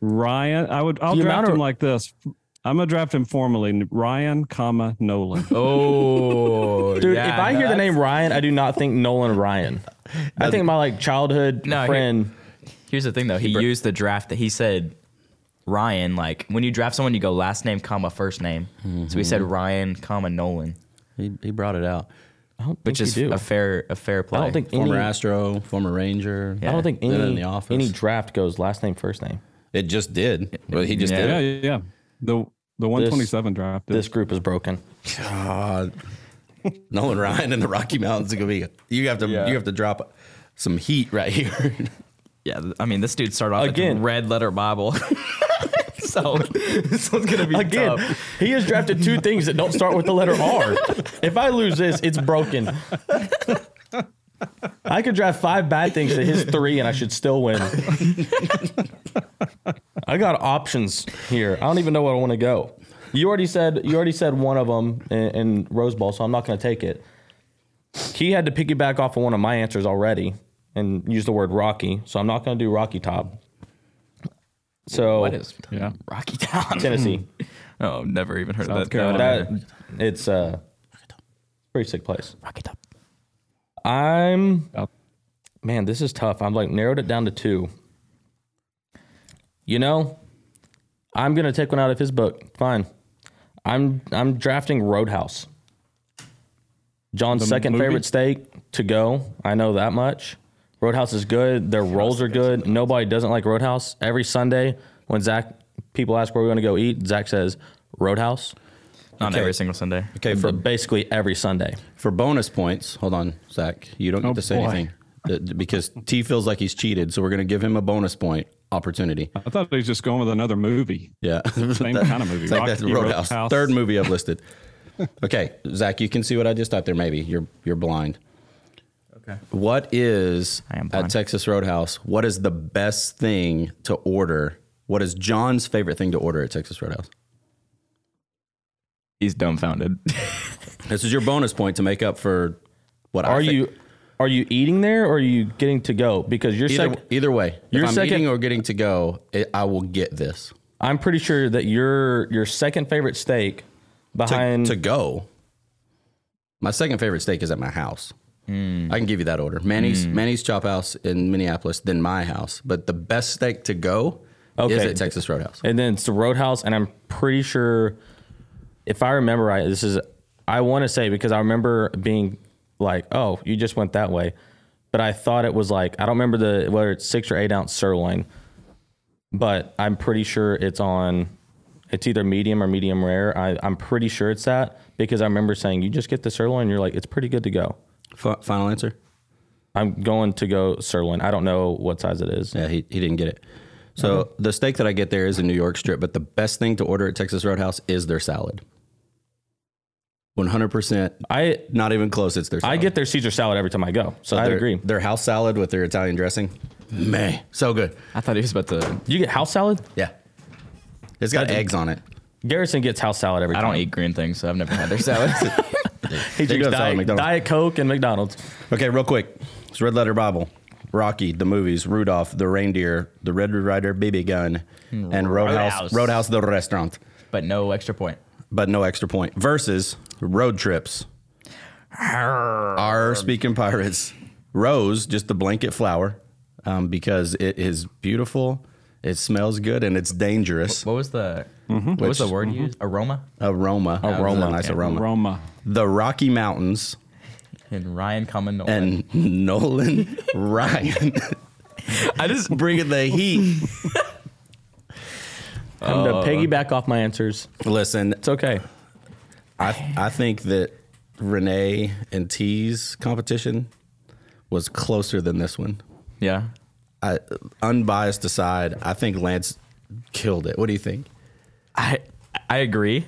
[SPEAKER 4] Ryan. I would. I'll
[SPEAKER 2] The amount
[SPEAKER 4] draft
[SPEAKER 2] of-
[SPEAKER 4] him like this. I'm gonna draft him formally. Ryan, comma Nolan.
[SPEAKER 5] Oh,
[SPEAKER 2] Dude,
[SPEAKER 5] yeah,
[SPEAKER 2] if I
[SPEAKER 5] no,
[SPEAKER 2] hear the
[SPEAKER 5] that's-
[SPEAKER 2] name Ryan, I do not think Nolan Ryan. I think my like childhood
[SPEAKER 5] No, he-
[SPEAKER 2] friend.
[SPEAKER 5] Here's the thing, though. He used the draft that he said Ryan. Like when you draft someone, you go last name, comma first name. So he said Ryan, comma Nolan,
[SPEAKER 3] He, he brought it out.
[SPEAKER 2] I don't
[SPEAKER 5] which
[SPEAKER 2] think
[SPEAKER 5] is
[SPEAKER 2] you do.
[SPEAKER 5] a fair a fair play.
[SPEAKER 2] I don't think any.
[SPEAKER 3] Former Astro, former Ranger.
[SPEAKER 2] I don't think
[SPEAKER 3] They're
[SPEAKER 2] any
[SPEAKER 3] in the office.
[SPEAKER 2] any draft goes last name first name.
[SPEAKER 3] It just did. Well, he just
[SPEAKER 5] Yeah.
[SPEAKER 3] did.
[SPEAKER 4] yeah,
[SPEAKER 3] it.
[SPEAKER 4] yeah, yeah. The the 127 draft.
[SPEAKER 2] This group is broken.
[SPEAKER 3] God. Nolan Ryan in the Rocky Mountains is gonna be. You have to. You have to drop some heat right here.
[SPEAKER 5] Yeah, th- I mean, this dude started off with
[SPEAKER 2] Again.
[SPEAKER 5] red letter Bible. so this one's gonna be
[SPEAKER 2] Again,
[SPEAKER 5] tough.
[SPEAKER 2] he has drafted two things that don't start with the letter R. If I lose this, it's broken. I could draft five bad things to his three, and I should still win. I got options here. I don't even know where I want to go. You already said you already said one of them in, in Rose Bowl, so I'm not going to take it. He had to piggyback off of one of my answers already and use the word Rocky, so I'm not going to do Rocky Top. So
[SPEAKER 5] What is
[SPEAKER 4] yeah.
[SPEAKER 5] Rocky Town?
[SPEAKER 2] Tennessee?
[SPEAKER 5] Oh, never even heard
[SPEAKER 4] South
[SPEAKER 5] of that. That would've
[SPEAKER 4] Carolina.
[SPEAKER 2] that it's a pretty sick place.
[SPEAKER 5] been Rocky Top.
[SPEAKER 2] I'm
[SPEAKER 4] Yep.
[SPEAKER 2] man, this is tough. I'm like narrowed it down to two. You know, I'm gonna take one out of his book. Fine. I'm I'm drafting Roadhouse. John's second
[SPEAKER 4] movie?
[SPEAKER 2] favorite steak to go. I know that much. Roadhouse is good. Their rolls are good. Nobody doesn't like Roadhouse. Every Sunday when Zach people ask where we want to go eat, Zach says Roadhouse
[SPEAKER 5] Not every single Sunday.
[SPEAKER 3] Okay,
[SPEAKER 2] for
[SPEAKER 3] for
[SPEAKER 2] basically every Sunday.
[SPEAKER 3] for bonus points. Hold on, Zach. You don't
[SPEAKER 4] Oh,
[SPEAKER 3] get to say
[SPEAKER 4] boy.
[SPEAKER 3] anything Th- th- because T feels like he's cheated. So we're gonna give him a bonus point opportunity.
[SPEAKER 4] I thought he was just going with another movie.
[SPEAKER 3] Yeah,
[SPEAKER 4] Same kind of movie.
[SPEAKER 3] It's like that's
[SPEAKER 4] Rocky,
[SPEAKER 3] Roadhouse.
[SPEAKER 4] Roadhouse.
[SPEAKER 3] Third movie I've listed. okay, Zach, you can see what I just typed there. Maybe you're you're blind. Okay. What is
[SPEAKER 5] I am
[SPEAKER 3] at
[SPEAKER 5] blind.
[SPEAKER 3] Texas Roadhouse? What is the best thing to order? What is John's favorite thing to order at Texas Roadhouse?
[SPEAKER 5] He's dumbfounded.
[SPEAKER 3] This is your bonus point to make up for what I
[SPEAKER 2] Are
[SPEAKER 3] think-
[SPEAKER 2] you are you eating there or are you getting to go? Because you're
[SPEAKER 3] either,
[SPEAKER 2] second.
[SPEAKER 3] either way?
[SPEAKER 2] your
[SPEAKER 3] if I'm
[SPEAKER 2] second-
[SPEAKER 3] eating or getting to go, it, I will get this
[SPEAKER 2] I'm pretty sure that your your second favorite steak
[SPEAKER 3] to,
[SPEAKER 2] behind
[SPEAKER 3] to go. My second favorite steak is at my house.
[SPEAKER 2] Hmm.
[SPEAKER 3] I can give you that order. Manny's Manny's Chop House in Minneapolis, then my house. But the best steak to go is
[SPEAKER 2] Okay.
[SPEAKER 3] at Texas Roadhouse.
[SPEAKER 2] and then it's the Roadhouse, and I'm pretty sure if I remember right, this is I want to say because I remember being like, oh, you just went that way, but I thought it was like I don't remember the whether it's six or eight ounce sirloin, but I'm pretty sure it's on. It's either medium or medium rare. I, I'm pretty sure it's that because I remember saying you just get the sirloin. And you're like, it's pretty good to go.
[SPEAKER 3] Fi- final answer?
[SPEAKER 2] I'm going to go sirloin. I don't know what size it is.
[SPEAKER 3] Yeah, he, he didn't get it. So the steak that I get there is a New York strip, but the best thing to order at Texas Roadhouse is their salad. 100%.
[SPEAKER 2] I
[SPEAKER 3] Not even close. It's their salad.
[SPEAKER 2] I get their Caesar salad every time I go, so I
[SPEAKER 3] their,
[SPEAKER 2] agree.
[SPEAKER 3] Their house salad with their Italian dressing. Man, so good.
[SPEAKER 5] I thought he was about to.
[SPEAKER 2] You get house salad?
[SPEAKER 3] Yeah. It's got eggs on it.
[SPEAKER 2] Garrison gets house salad every
[SPEAKER 5] I
[SPEAKER 2] time.
[SPEAKER 5] don't eat green things, so I've never had their salad.
[SPEAKER 2] He
[SPEAKER 3] They
[SPEAKER 2] drinks
[SPEAKER 3] do have salad at
[SPEAKER 2] diet,
[SPEAKER 3] McDonald's.
[SPEAKER 2] diet Coke and McDonald's.
[SPEAKER 3] Okay, real quick. It's Red Letter Bible, Rocky, the movies, Rudolph, the reindeer, the Red Rider BB gun, and Hmm. Roadhouse,
[SPEAKER 5] Roadhouse.
[SPEAKER 3] Roadhouse the restaurant,
[SPEAKER 5] but no extra point.
[SPEAKER 3] but no extra point. Versus road trips. Our speaking pirates. Rose, just the blanket flower, um, because it is beautiful, it smells good, and it's dangerous.
[SPEAKER 5] What was the what was the word used? Aroma
[SPEAKER 3] Aroma, aroma, nice aroma.
[SPEAKER 4] Roma.
[SPEAKER 3] The Rocky Mountains
[SPEAKER 5] and Ryan coming Nolan.
[SPEAKER 3] and Nolan Ryan
[SPEAKER 5] I just
[SPEAKER 3] bringing the heat.
[SPEAKER 2] I'm gonna piggyback off my answers.
[SPEAKER 3] Listen,
[SPEAKER 2] It's okay.
[SPEAKER 3] I I think that Renee and T's competition was closer than this one.
[SPEAKER 5] yeah.
[SPEAKER 3] I unbiased aside, I think Lance killed it. What do you think?
[SPEAKER 5] I I agree.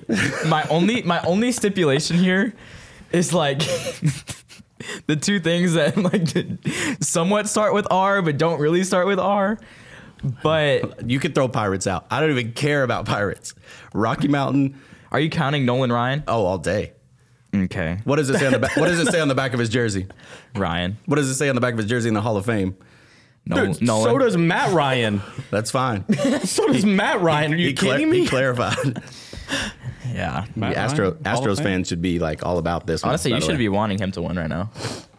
[SPEAKER 5] My only my only stipulation here is like the two things that like somewhat start with R but don't really start with R. But
[SPEAKER 3] You could throw pirates out. I don't even care about pirates. Rocky Mountain,
[SPEAKER 5] are you counting Nolan Ryan?
[SPEAKER 3] oh, all day.
[SPEAKER 1] Okay.
[SPEAKER 3] What does it say on the back? What does it say on the back of his jersey?
[SPEAKER 1] Ryan.
[SPEAKER 3] What does it say on the back of his jersey in the Hall of Fame?
[SPEAKER 1] Nolan.
[SPEAKER 2] So
[SPEAKER 1] Nolan.
[SPEAKER 2] does Matt Ryan.
[SPEAKER 3] That's fine.
[SPEAKER 2] so does Matt Ryan. Are you
[SPEAKER 3] He, cla-
[SPEAKER 2] kidding me?
[SPEAKER 3] he clarified.
[SPEAKER 1] yeah.
[SPEAKER 4] Matt
[SPEAKER 3] The Astro,
[SPEAKER 4] Ryan, Hall of
[SPEAKER 3] Astros
[SPEAKER 4] Fame.
[SPEAKER 3] fans should be like all about this. one,
[SPEAKER 1] Honestly,
[SPEAKER 3] by
[SPEAKER 1] you
[SPEAKER 3] the
[SPEAKER 1] should
[SPEAKER 3] way.
[SPEAKER 1] be wanting him to win right now.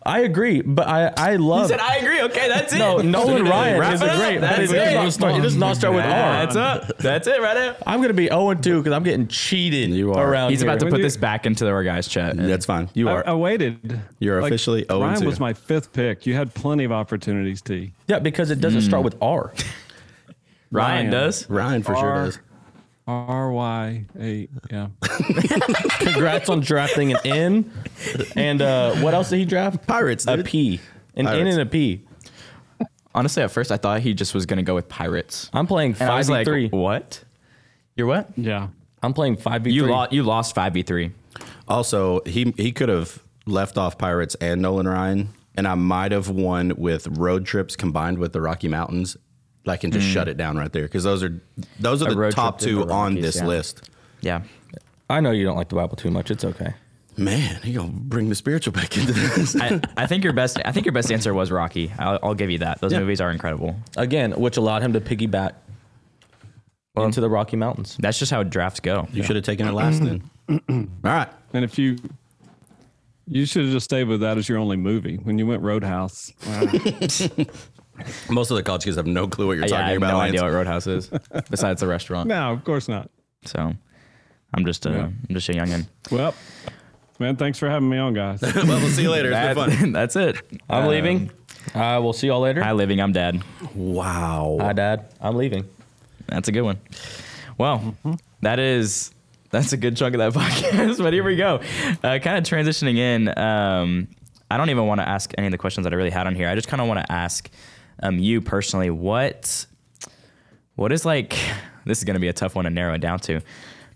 [SPEAKER 2] I agree, but I I love.
[SPEAKER 1] I agree. Okay, that's it.
[SPEAKER 2] no, Nolan Ryan
[SPEAKER 1] Wrap
[SPEAKER 2] is
[SPEAKER 1] it
[SPEAKER 2] a
[SPEAKER 1] up.
[SPEAKER 2] great, but
[SPEAKER 1] That's
[SPEAKER 2] it does
[SPEAKER 1] it.
[SPEAKER 2] not start. It does not start with R.
[SPEAKER 1] That's up. That's it right now.
[SPEAKER 2] I'm gonna be 0 and 2 because I'm getting cheated.
[SPEAKER 3] You are.
[SPEAKER 2] around.
[SPEAKER 1] He's about to
[SPEAKER 2] here.
[SPEAKER 1] put this back into our guys' chat.
[SPEAKER 3] That's fine. You
[SPEAKER 4] I,
[SPEAKER 3] are.
[SPEAKER 4] I waited.
[SPEAKER 3] You're officially 0 and
[SPEAKER 4] Ryan
[SPEAKER 3] two.
[SPEAKER 4] was my fifth pick. You had plenty of opportunities, T.
[SPEAKER 2] Yeah, because it doesn't start with R.
[SPEAKER 1] Ryan
[SPEAKER 4] Ryan.
[SPEAKER 1] does.
[SPEAKER 3] Ryan for sure
[SPEAKER 4] Are-
[SPEAKER 3] does.
[SPEAKER 4] R Y A. Yeah.
[SPEAKER 2] Congrats on drafting an N. And uh, what else did he draft?
[SPEAKER 3] Pirates,
[SPEAKER 2] A
[SPEAKER 3] dude.
[SPEAKER 2] P. An N
[SPEAKER 3] Pirates.
[SPEAKER 2] and a P.
[SPEAKER 1] Honestly, at first I thought he just was gonna go with pirates.
[SPEAKER 2] I'm playing
[SPEAKER 1] And I
[SPEAKER 2] five
[SPEAKER 1] was
[SPEAKER 2] v
[SPEAKER 1] like,
[SPEAKER 2] three.
[SPEAKER 1] what? You're what?
[SPEAKER 4] Yeah.
[SPEAKER 2] I'm playing five v
[SPEAKER 1] You
[SPEAKER 2] three.
[SPEAKER 1] lost. You lost five v three.
[SPEAKER 3] Also, he he could have left off Pirates and Nolan Ryan, and I might have won with road trips combined with the Rocky Mountains. I can just shut it down right there because those are those are the
[SPEAKER 1] Hmm. road
[SPEAKER 3] top
[SPEAKER 1] trip to
[SPEAKER 3] two
[SPEAKER 1] the
[SPEAKER 3] on
[SPEAKER 1] Rockies,
[SPEAKER 3] this
[SPEAKER 1] yeah.
[SPEAKER 3] list.
[SPEAKER 1] Yeah.
[SPEAKER 2] I know you don't like the Bible too much. It's okay.
[SPEAKER 3] Man, he gonna bring the spiritual back into this.
[SPEAKER 1] I, I think your best. I think your best answer was Rocky. I'll, I'll give you that. Those movies are incredible.
[SPEAKER 2] Again, which allowed him to piggyback into the Rocky Mountains.
[SPEAKER 1] That's just how drafts go.
[SPEAKER 3] you should have taken it last then. All right,
[SPEAKER 4] And if you, you should have just stayed with that as your only movie when you went Roadhouse.
[SPEAKER 3] most of the college kids have no clue what you're
[SPEAKER 1] Yeah, I
[SPEAKER 3] talking
[SPEAKER 1] have
[SPEAKER 3] about.
[SPEAKER 1] no
[SPEAKER 3] Lance.
[SPEAKER 1] idea what Roadhouse is, besides the restaurant.
[SPEAKER 4] no, of course not.
[SPEAKER 1] So, I'm just a, I'm just a youngin.
[SPEAKER 4] Well, man, thanks for having me on, guys.
[SPEAKER 3] well, we'll see you later. It's been fun.
[SPEAKER 1] That- that's it.
[SPEAKER 2] I'm leaving. Uh, we'll see y'all later.
[SPEAKER 1] Hi, living. I'm dad.
[SPEAKER 3] Wow.
[SPEAKER 2] Hi, Dad. I'm leaving.
[SPEAKER 1] That's a good one. Well, that is that's a good chunk of that podcast. but here we go. Uh, kind of transitioning in. Um, I don't even want to ask any of the questions that I really had on here. I just kind of want to ask um, you personally what what is like. This is going to be a tough one to narrow it down to.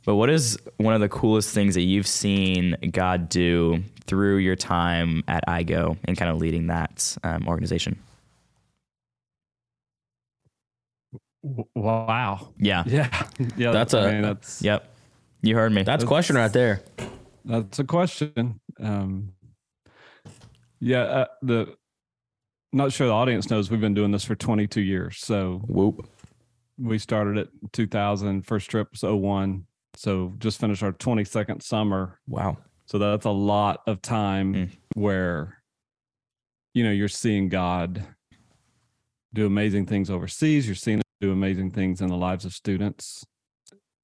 [SPEAKER 1] But what is one of the coolest things that you've seen God do through your time at IGO and kind of leading that um, organization?
[SPEAKER 4] W- wow.
[SPEAKER 1] Yeah.
[SPEAKER 4] Yeah. Yeah.
[SPEAKER 2] That's a-
[SPEAKER 4] I mean, that's,
[SPEAKER 1] Yep. You heard me.
[SPEAKER 2] That's a question right there.
[SPEAKER 4] That's a question. Um, yeah, uh, the not sure the audience knows we've been doing this for 22 years. So
[SPEAKER 2] Whoop.
[SPEAKER 4] we started it in 2000, first trip was 01. So just finished our 22nd summer.
[SPEAKER 2] Wow.
[SPEAKER 4] So that's a lot of time
[SPEAKER 1] Mm.
[SPEAKER 4] where you know you're seeing God do amazing things overseas, you're seeing him do amazing things in the lives of students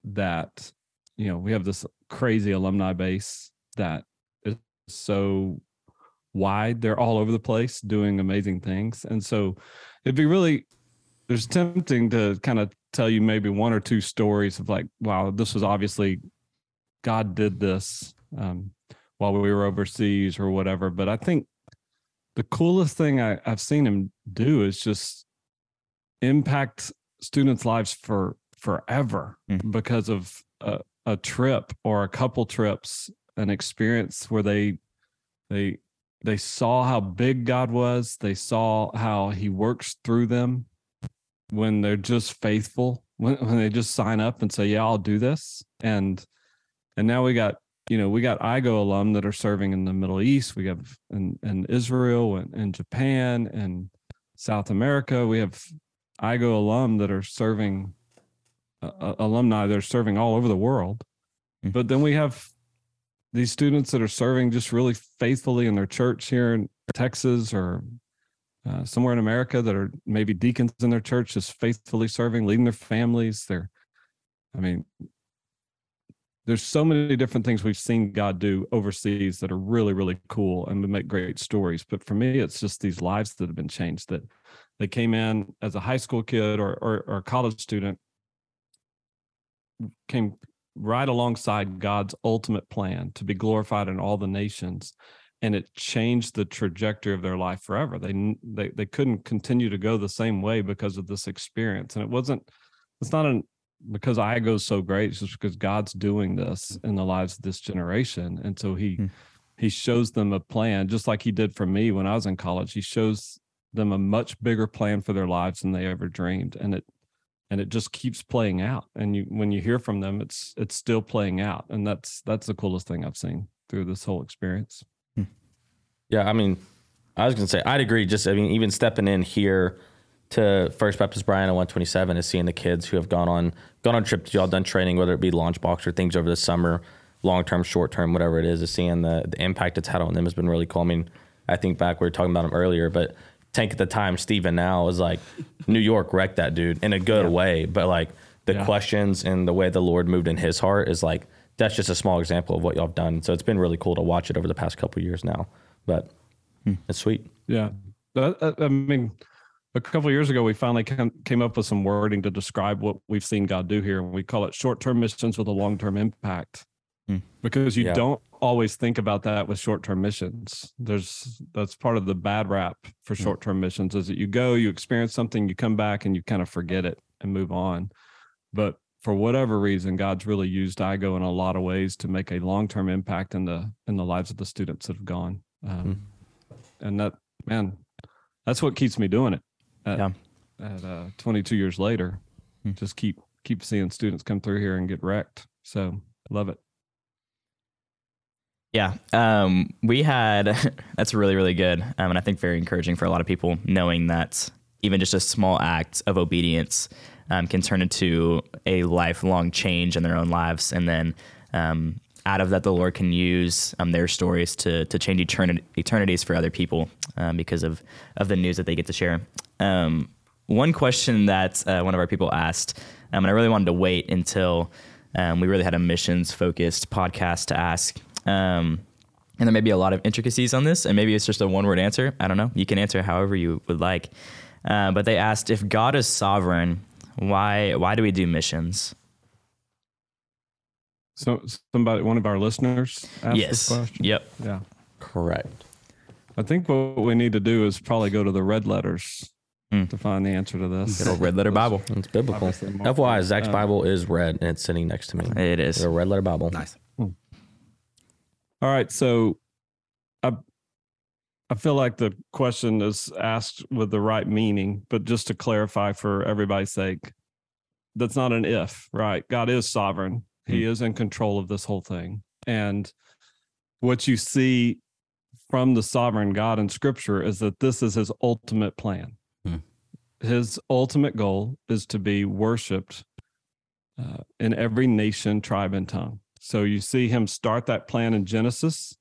[SPEAKER 4] that you know, we have this crazy alumni base that is so wide. They're all over the place doing amazing things. And so it'd be really there's tempting to kind of tell you maybe one or two stories of like, wow, this was obviously God did this um, while we were overseas or whatever. But I think the coolest thing I, I've seen him do is just impact students' lives for forever
[SPEAKER 1] Mhm.
[SPEAKER 4] because of a, a trip or a couple trips, an experience where they they they saw how big God was. They saw how He works through them when they're just faithful. When when they just sign up and say, "Yeah, I'll do this," and and now we got you know we got igo alum that are serving in the middle east we have in, in israel and, and japan and south america we have igo alum that are serving uh, uh, alumni that are serving all over the world
[SPEAKER 1] Mm.
[SPEAKER 4] but then we have these students that are serving just really faithfully in their church here in texas or uh, somewhere in america that are maybe deacons in their church just faithfully serving leading their families they're i mean there's so many different things we've seen God do overseas that are really, really cool and would make great stories. But for me, it's just these lives that have been changed that they came in as a high school kid or, or, or a college student, came right alongside God's ultimate plan to be glorified in all the nations. And it changed the trajectory of their life forever. They, n- they, they couldn't continue to go the same way because of this experience. And it wasn't, it's not an because I goes so great, it's just because God's doing this in the lives of this generation. And so he
[SPEAKER 1] Hmm.
[SPEAKER 4] he shows them a plan, just like he did for me when I was in college. He shows them a much bigger plan for their lives than they ever dreamed. And it and it just keeps playing out. And you when you hear from them, it's it's still playing out. And that's that's the coolest thing I've seen. through this whole experience.
[SPEAKER 2] Yeah, I mean, I was gonna say I'd agree. Just I mean, even stepping in here to First Baptist Bryan at 127 is seeing the kids who have gone on gone on trips, y'all done training, whether it be Launchbox or things over the summer, long term, short term, whatever it is, is seeing the the impact it's had on them has been really cool. I mean, I think back we were talking about him earlier, but Tank at the time, Steven now is like New York wrecked that dude in a good way, but like the
[SPEAKER 4] Yeah.
[SPEAKER 2] questions and the way the Lord moved in his heart is like that's just a small example of what y'all have done. So it's been really cool to watch it over the past couple years now. But it's sweet.
[SPEAKER 4] Yeah. That- that- I mean, a couple of years ago, we finally came, came up with some wording to describe what we've seen God do here. And we call it short term missions with a long term impact
[SPEAKER 1] Hmm.
[SPEAKER 4] because you
[SPEAKER 2] Yeah.
[SPEAKER 4] don't always think about that with short term missions. There's that's part of the bad rap for short term missions is that you go, you experience something, you come back and you kind of forget it and move on. But for whatever reason, God's really used IGO in a lot of ways to make a long term impact in the in the lives of the students that have gone. Um, And that man, that's what keeps me doing it. At,
[SPEAKER 1] Yeah.
[SPEAKER 4] at uh, 22 years later,
[SPEAKER 1] Hmm.
[SPEAKER 4] just keep keep seeing students come through here and get wrecked. So love it.
[SPEAKER 1] Yeah, um, we had that's really really good, um, and I think very encouraging for a lot of people, knowing that even just a small act of obedience um, can turn into a lifelong change in their own lives, and then um, out of that, the Lord can use um, their stories to to change eternity, eternities for other people um, because of of the news that they get to share. Um, one question that uh, one of our people asked, um, and I really wanted to wait until um, we really had a missions focused podcast to ask. Um, and there may be a lot of intricacies on this, and maybe it's just a one word answer. I don't know. You can answer however you would like. Uh, but they asked if God is sovereign, why why do we do missions?
[SPEAKER 4] So somebody, one of our listeners, asked this
[SPEAKER 1] yes.
[SPEAKER 4] question.
[SPEAKER 1] Yep.
[SPEAKER 4] Yeah,
[SPEAKER 2] Correct.
[SPEAKER 4] I think what we need to do is probably go to the red letters
[SPEAKER 1] Hmm.
[SPEAKER 4] to find the answer to this.
[SPEAKER 1] Good old red letter Bible.
[SPEAKER 2] It's biblical.
[SPEAKER 4] Obviously more-
[SPEAKER 2] FYI,
[SPEAKER 3] Uh,
[SPEAKER 2] Zach's Bible is red and it's sitting next to me.
[SPEAKER 1] It
[SPEAKER 2] It's
[SPEAKER 1] is.
[SPEAKER 2] a red letter Bible.
[SPEAKER 3] Nice.
[SPEAKER 4] All right, so I I feel like the question is asked with the right meaning, but just to clarify for everybody's sake, that's not an if, right? God is sovereign. He is in control of this whole thing. And what you see from the sovereign God in scripture is that this is his ultimate plan.
[SPEAKER 3] Hmm.
[SPEAKER 4] His ultimate goal is to be worshiped uh, in every nation, tribe, and tongue. So you see him start that plan in Genesis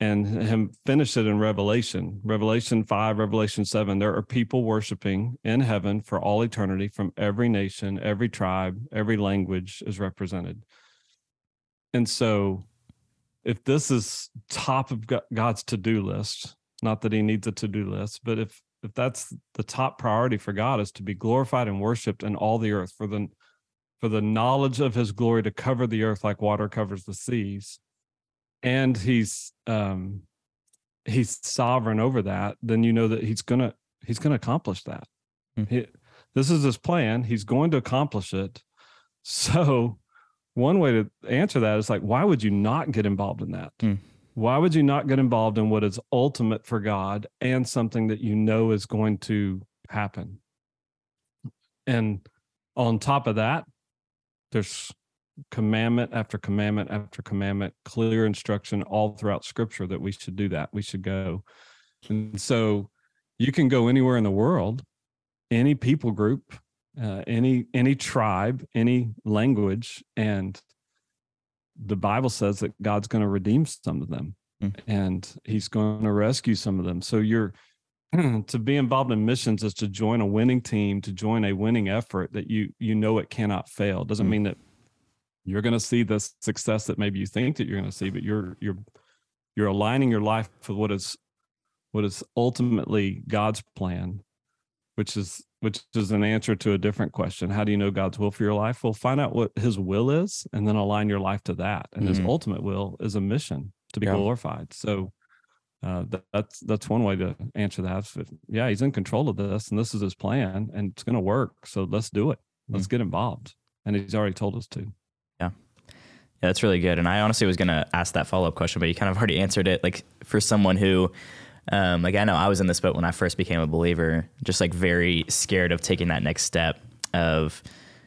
[SPEAKER 4] and him finish it in Revelation. Revelation 5, Revelation 7, there are people worshiping in heaven for all eternity from every nation, every tribe, every language is represented. And so if this is top of Go- God's to-do list, not that he needs a to-do list, but if if that's the top priority for God is to be glorified and worshiped in all the earth for the for the knowledge of his glory to cover the earth like water covers the seas and he's um he's sovereign over that then you know that he's gonna he's gonna accomplish that
[SPEAKER 1] Mhm.
[SPEAKER 4] He- this is his plan he's going to accomplish it so one way to answer that is like why would you not get involved in that
[SPEAKER 1] Mm.
[SPEAKER 4] why would you not get involved in what is ultimate for god and something that you know is going to happen and on top of that, there's commandment after commandment after commandment, clear instruction all throughout scripture that we should do that. We should go. And so you can go anywhere in the world, any people group, uh, any any tribe, any language, and the Bible says that God's going to redeem some of them
[SPEAKER 1] Mm.
[SPEAKER 4] and he's going to rescue some of them. So you're to be involved in missions is to join a winning team, to join a winning effort that you you know it cannot fail. Doesn't
[SPEAKER 1] Mm.
[SPEAKER 4] mean that you're going to see the success that maybe you think that you're going to see, but you're you're you're aligning your life with what is what is ultimately God's plan, which is which is an answer to a different question. How do you know God's will for your life? Well, find out what his will is and then align your life to that. And his
[SPEAKER 1] Mhm.
[SPEAKER 4] ultimate will is a mission to be
[SPEAKER 2] Yeah.
[SPEAKER 4] glorified. So uh, th- that's that's one way to answer that. If- if- yeah, he's in control of this, and this is his plan, and it's going to work. So let's do it. Let's get involved. And he's already told us to.
[SPEAKER 1] Yeah, that's really good. And I honestly was gonna ask that follow up question, but you kind of already answered it. Like for someone who, um, like I know I was in this boat when I first became a believer, just like very scared of taking that next step of,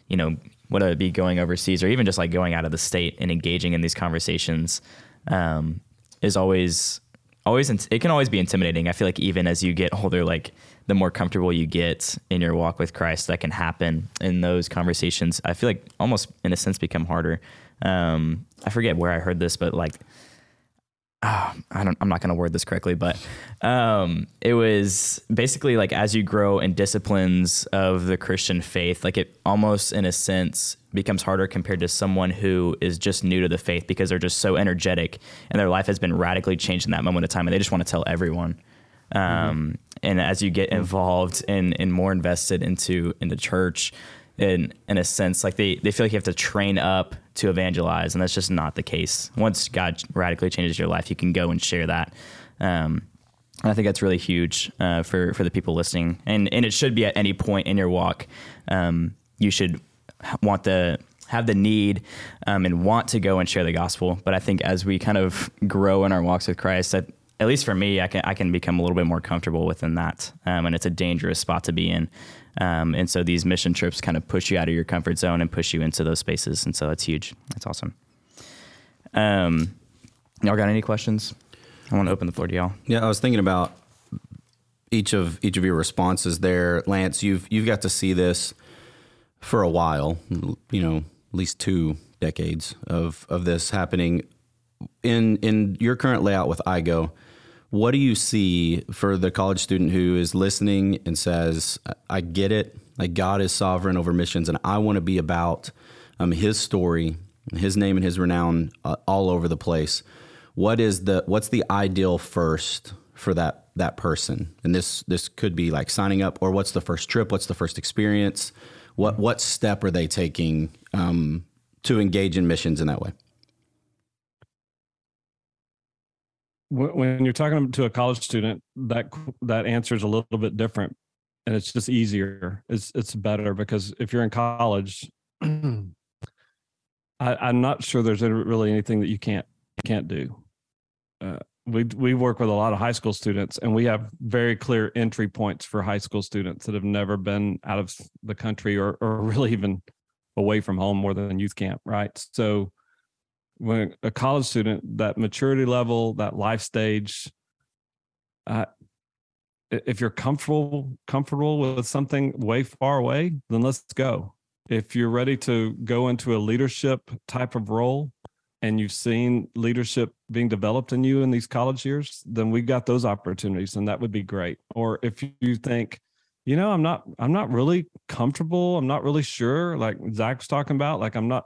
[SPEAKER 1] you know, whether it be going overseas or even just like going out of the state and engaging in these conversations. Um, is always always int- it can always be intimidating. I feel like even as you get older, like the more comfortable you get in your walk with Christ, that can happen in those conversations. I feel like almost in a sense become harder. Um, I forget where I heard this, but like I don't, I'm not going to word this correctly, but um, it was basically like as you grow in disciplines of the Christian faith, like it almost in a sense becomes harder compared to someone who is just new to the faith because they're just so energetic and their life has been radically changed in that moment of time and they just want to tell everyone. Um, And as you get involved and, and more invested into in the church, in in a sense like they they feel like you have to train up to evangelize and that's just not the case once god radically changes your life you can go and share that um and I think that's really huge uh, for for the people listening, and and it should be at any point in your walk. Um, you should want the have the need um, and want to go and share the gospel. But I think as we kind of grow in our walks with Christ, that at least for me, I can I can become a little bit more comfortable within that, um, and it's a dangerous spot to be in. Um, and so these mission trips kind of push you out of your comfort zone and push you into those spaces, and so it's huge. It's awesome. Um, y'all got any questions? I want to open the floor to y'all.
[SPEAKER 3] Yeah, I was thinking about each of each of your responses there, Lance. You've you've got to see this for a while, l- you know, at least two decades of of this happening. In in your current layout with IGO, what do you see for the college student who is listening and says, "I- "I get it. Like God is sovereign over missions, and I want to be about um, His story, His name, and His renown uh, all over the place." What is the what's the ideal first for that that person and this this could be like signing up or what's the first trip what's the first experience what what step are they taking um, to engage in missions in that way
[SPEAKER 4] When, when you're talking to a college student, that qu- that answer is a little bit different, and it's just easier. It's it's better because if you're in college, I, I'm not sure there's any- really anything that you can't you can't do. Uh, we we work with a lot of high school students, and we have very clear entry points for high school students that have never been out of the country or or really even away from home more than youth camp, right? So when a college student that maturity level that life stage uh, i- if you're comfortable comfortable with something way far away then let's go if you're ready to go into a leadership type of role and you've seen leadership being developed in you in these college years then we've got those opportunities and that would be great or if you think you know i'm not i'm not really comfortable i'm not really sure like zach's talking about like i'm not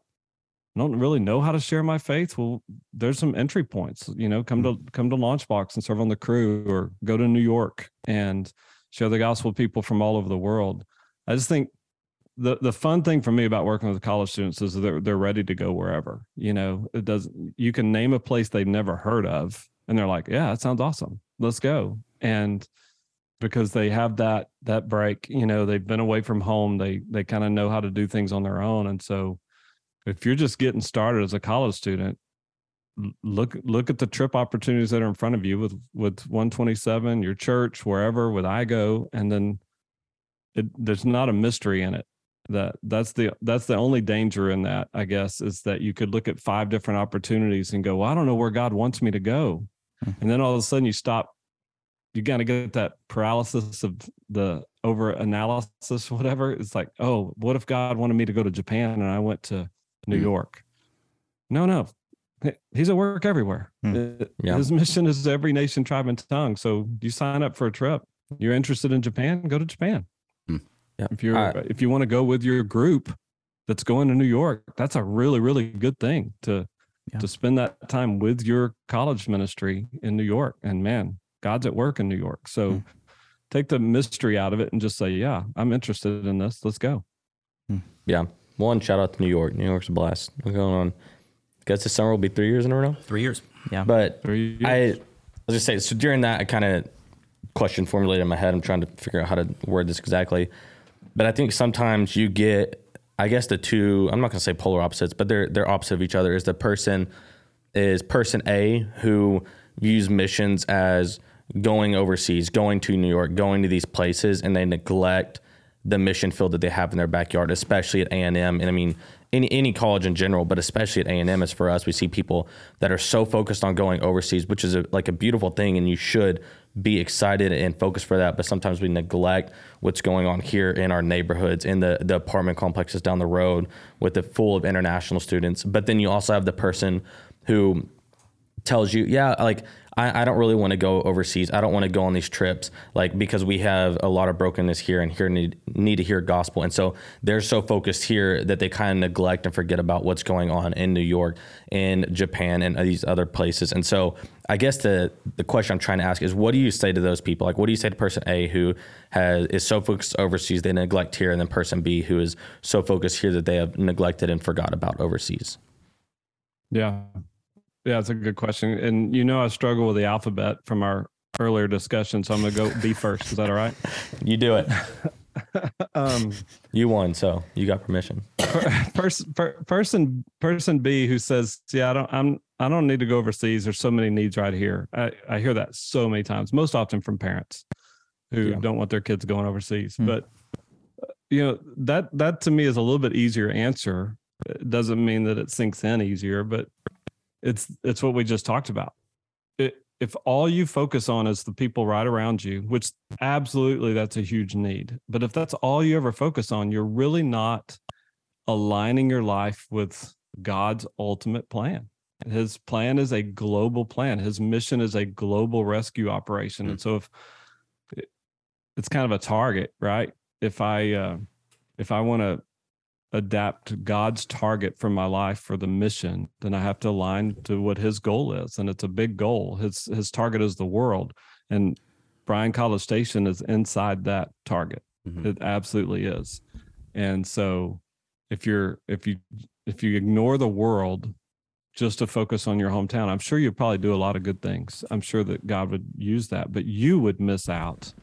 [SPEAKER 4] I don't really know how to share my faith. Well, there's some entry points, you know, come to come to Launchbox and serve on the crew or go to New York and share the gospel with people from all over the world. I just think the the fun thing for me about working with college students is they're they're ready to go wherever. You know, it does you can name a place they've never heard of and they're like, "Yeah, that sounds awesome. Let's go." And because they have that that break, you know, they've been away from home, they they kind of know how to do things on their own and so if you're just getting started as a college student l- look look at the trip opportunities that are in front of you with with 127 your church wherever with i go and then it, there's not a mystery in it that that's the that's the only danger in that i guess is that you could look at five different opportunities and go well i don't know where god wants me to go and then all of a sudden you stop you kind of get that paralysis of the over analysis whatever it's like oh what if god wanted me to go to japan and i went to New
[SPEAKER 3] Mm.
[SPEAKER 4] York. No, no. He- He's at work everywhere. Uh,
[SPEAKER 2] Yeah.
[SPEAKER 4] His mission is every nation, tribe, and tongue. So you sign up for a trip. You're interested in Japan, go to Japan.
[SPEAKER 3] Mm.
[SPEAKER 2] Yeah.
[SPEAKER 4] If you're
[SPEAKER 2] I-
[SPEAKER 4] if you want to go with your group that's going to New York, that's a really, really good thing to
[SPEAKER 1] Yeah.
[SPEAKER 4] to spend that time with your college ministry in New York. And man, God's at work in New York. So take the mystery out of it and just say, Yeah, I'm interested in this. Let's go.
[SPEAKER 2] Yeah. One shout out to New York. New York's a blast. What's going on? guess this summer will be three years in a row.
[SPEAKER 3] three years
[SPEAKER 2] But
[SPEAKER 4] Three
[SPEAKER 2] I, I was just saying, so during that, I kind of question formulated in my head. I'm trying to figure out how to word this exactly. But I think sometimes you get, I guess the two, I'm not going to say polar opposites, but they're, they're opposite of each other is the person is person A who views missions as going overseas, going to New York, going to these places, and they neglect the mission field that they have in their backyard, especially at A&M. And I mean, any any college in general, but especially at A and M, is for us. We see people that are so focused on going overseas, which is a, like a beautiful thing, and you should be excited and focused for that. But sometimes we neglect what's going on here in our neighborhoods, in the the apartment complexes down the road, with the full of international students. But then you also have the person who tells you, yeah, like I, I don't really want to go overseas. I don't want to go on these trips, like because we have a lot of brokenness here and here need need to hear gospel. And so they're so focused here that they kind of neglect and forget about what's going on in New York, in Japan, and these other places. And so I guess the the question I'm trying to ask is, what do you say to those people? Like, what do you say to person A who has is so focused overseas they neglect here, and then person B who is so focused here that they have neglected and forgot about overseas?
[SPEAKER 4] Yeah. Yeah, it's a good question. And you know, I struggle with the alphabet from our earlier discussion. So I'm going to go B first. Is that all right?
[SPEAKER 2] You do it.
[SPEAKER 4] Um,
[SPEAKER 2] You won, so you got permission.
[SPEAKER 4] per, person, per, person, person B who says, yeah, I don't, I'm, I don't need to go overseas. There's so many needs right here. I, I hear that so many times, most often from parents who
[SPEAKER 2] Yeah.
[SPEAKER 4] don't want their kids going overseas.
[SPEAKER 1] Hmm.
[SPEAKER 4] But uh, you know, that, that to me is a little bit easier answer. It doesn't mean that it sinks in easier, but it's, it's what we just talked about. It, if all you focus on is the people right around you, which absolutely that's a huge need. But if that's all you ever focus on, you're really not aligning your life with God's ultimate plan. And His plan is a global plan. His mission is a global rescue operation. And so if it- it's kind of a target, right? If I uh, if I want to adapt God's target for my life for the mission, then I have to align to what his goal is. And it's a big goal. His his target is the world. And Bryan College Station is inside that target.
[SPEAKER 3] Mhm.
[SPEAKER 4] It absolutely is. And so if you're if you if you ignore the world just to focus on your hometown, I'm sure you probably do a lot of good things. I'm sure that God would use that, but you would miss out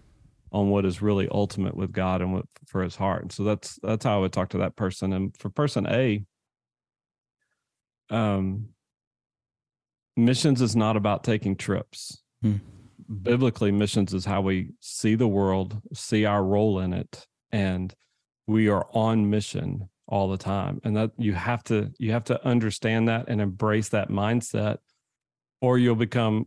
[SPEAKER 4] on what is really ultimate with God and what for his heart. And so that's that's how I would talk to that person. And for person A, um missions is not about taking trips.
[SPEAKER 1] Hmm.
[SPEAKER 4] Biblically, missions is how we see the world, see our role in it, and we are on mission all the time. And that you have to you have to understand that and embrace that mindset, or you'll become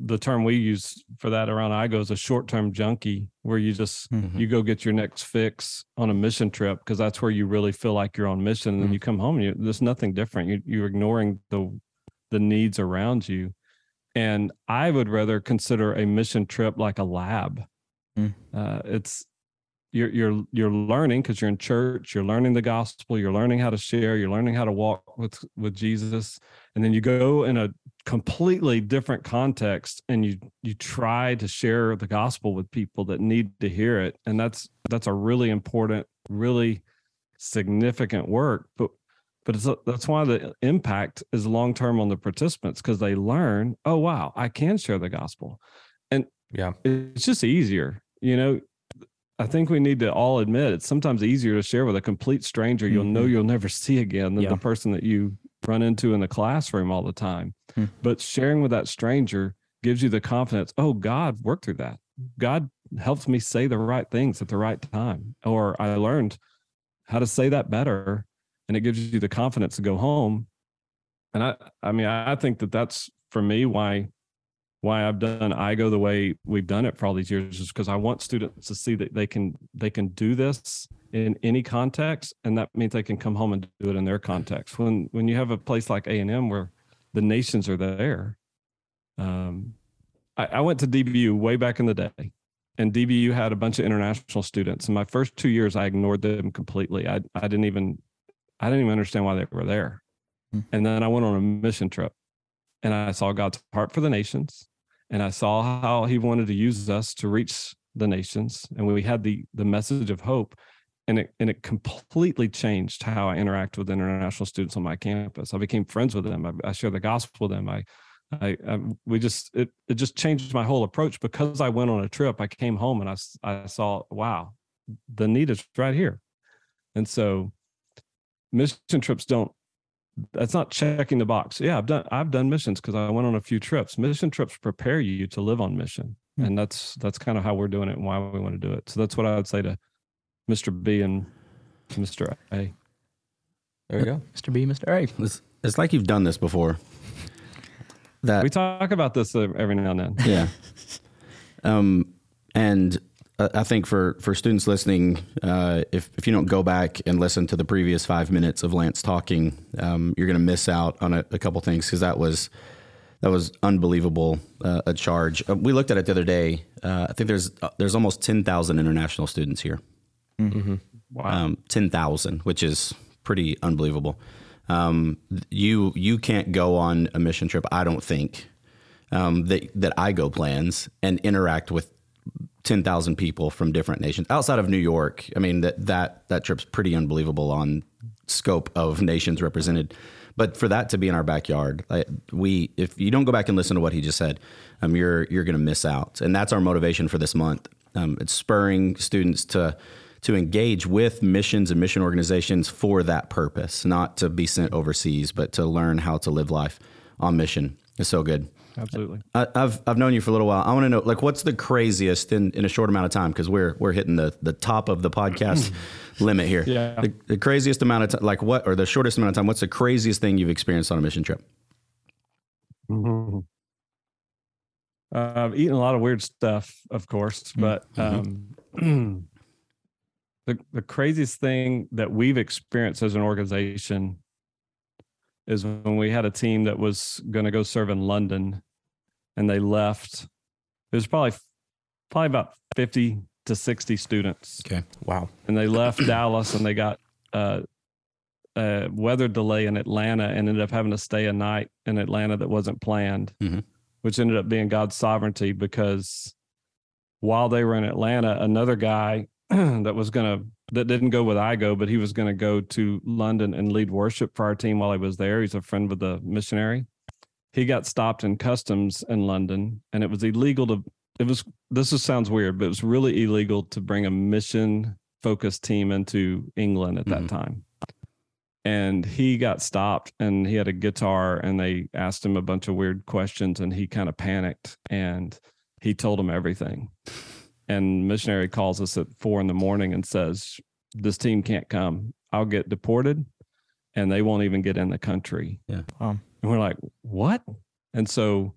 [SPEAKER 4] the term we use for that around IGO is a short-term junkie where you just you go get your next fix on a mission trip because that's where you really feel like you're on mission and then you come home and you, there's nothing different you, you're ignoring the the needs around you and i would rather consider a mission trip like a lab
[SPEAKER 1] Mm.
[SPEAKER 4] uh, it's you're you're you're learning because you're in church you're learning the gospel you're learning how to share you're learning how to walk with with jesus and then you go in a completely different context and you you try to share the gospel with people that need to hear it and that's that's a really important really significant work but but it's uh, that's why the impact is long term on the participants because they learn oh wow i can share the gospel and
[SPEAKER 2] Yeah.
[SPEAKER 4] it's just easier you know i think we need to all admit it's sometimes easier to share with a complete stranger you'll know you'll never see again than
[SPEAKER 1] Mm-hmm. Yeah.
[SPEAKER 4] the person that you run into in the classroom all the time
[SPEAKER 1] Hmm.
[SPEAKER 4] but sharing with that stranger gives you the confidence oh god worked through that god helps me say the right things at the right time or i learned how to say that better and it gives you the confidence to go home and i i mean i I think that that's for me why why i've done i go the way we've done it for all these years is because i want students to see that they can they can do this in any context and that means they can come home and do it in their context when when you have a place like a&m where the nations are there um i, I went to dbu way back in the day and DBU had a bunch of international students. And my first two years, I ignored them completely. I, I didn't even, I didn't even understand why they were there.
[SPEAKER 1] Hmm.
[SPEAKER 4] And then I went on a mission trip and I saw God's heart for the nations. And I saw how he wanted to use us to reach the nations. And we had the, the message of hope and it, and it completely changed how I interact with international students on my campus. I became friends with them. I, I share the gospel with them. I, I, I we just it, it just changed my whole approach because I went on a trip. I came home and I s- I saw wow, the need is right here, and so mission trips don't. That's not checking the box. Yeah, I've done I've done missions because I went on a few trips. Mission trips prepare you to live on mission,
[SPEAKER 1] Hmm.
[SPEAKER 4] and that's that's kind of how we're doing it and why we want to do it. So that's what I would say to Mr. B and Mr. A.
[SPEAKER 2] There we go.
[SPEAKER 5] Mr. B, Mr. A.
[SPEAKER 3] It's, it's like you've done this before. That
[SPEAKER 4] We talk about this uh, every now and then.
[SPEAKER 3] yeah. Um, and I I think for for students listening, uh, if if you don't go back and listen to the previous five minutes of Lance talking, um, you're going to miss out on a, a couple things because that was that was unbelievable uh, a charge. Uh, we looked at it the other day. Uh, I think there's uh, there's almost ten thousand international students here
[SPEAKER 4] Wow.
[SPEAKER 3] um, 10,000, which is pretty unbelievable. Um, th- you you can't go on a mission trip, I don't think, um, that, that I go plans and interact with 10,000 people from different nations outside of New York. I mean, that, that, that trip's pretty unbelievable on scope of nations represented. But for that to be in our backyard, like, we if you don't go back and listen to what he just said, um, you're you're going to miss out, and that's our motivation for this month. Um, it's spurring students to to engage with missions and mission organizations for that purpose, not to be sent overseas, but to learn how to live life on mission. It's so good.
[SPEAKER 4] Absolutely.
[SPEAKER 3] I, I've I've known you for a little while. I want to know like what's the craziest in, in a short amount of time because we're we're hitting the the top of the podcast limit here.
[SPEAKER 4] Yeah.
[SPEAKER 3] The, the craziest amount of time, like what or the shortest amount of time. What's the craziest thing you've experienced on a mission trip?
[SPEAKER 4] Mhm. Uh, I've eaten a lot of weird stuff, of course, but um, the the craziest thing that we've experienced as an organization is when we had a team that was going to go serve in London, and they left. It was probably probably about fifty to sixty students
[SPEAKER 2] Wow.
[SPEAKER 4] and they left Dallas and they got uh, a weather delay in Atlanta and ended up having to stay a night in Atlanta that wasn't planned,
[SPEAKER 3] Mhm.
[SPEAKER 4] which ended up being God's sovereignty because while they were in Atlanta, another guy that was going to, that didn't go with I go, but he was going to go to London and lead worship for our team while he was there. He's a friend of the missionary. He got stopped in customs in London and it was illegal to, it was, this is, sounds weird, but it was really illegal to bring a mission focused team into England at that
[SPEAKER 3] Mhm.
[SPEAKER 4] time. And he got stopped and he had a guitar and they asked him a bunch of weird questions and he kind of panicked and he told him everything. And missionary calls us at four in the morning and says, This team can't come. I'll get deported and they won't even get in the country.
[SPEAKER 3] Yeah.
[SPEAKER 5] Wow.
[SPEAKER 4] And we're like, What? And so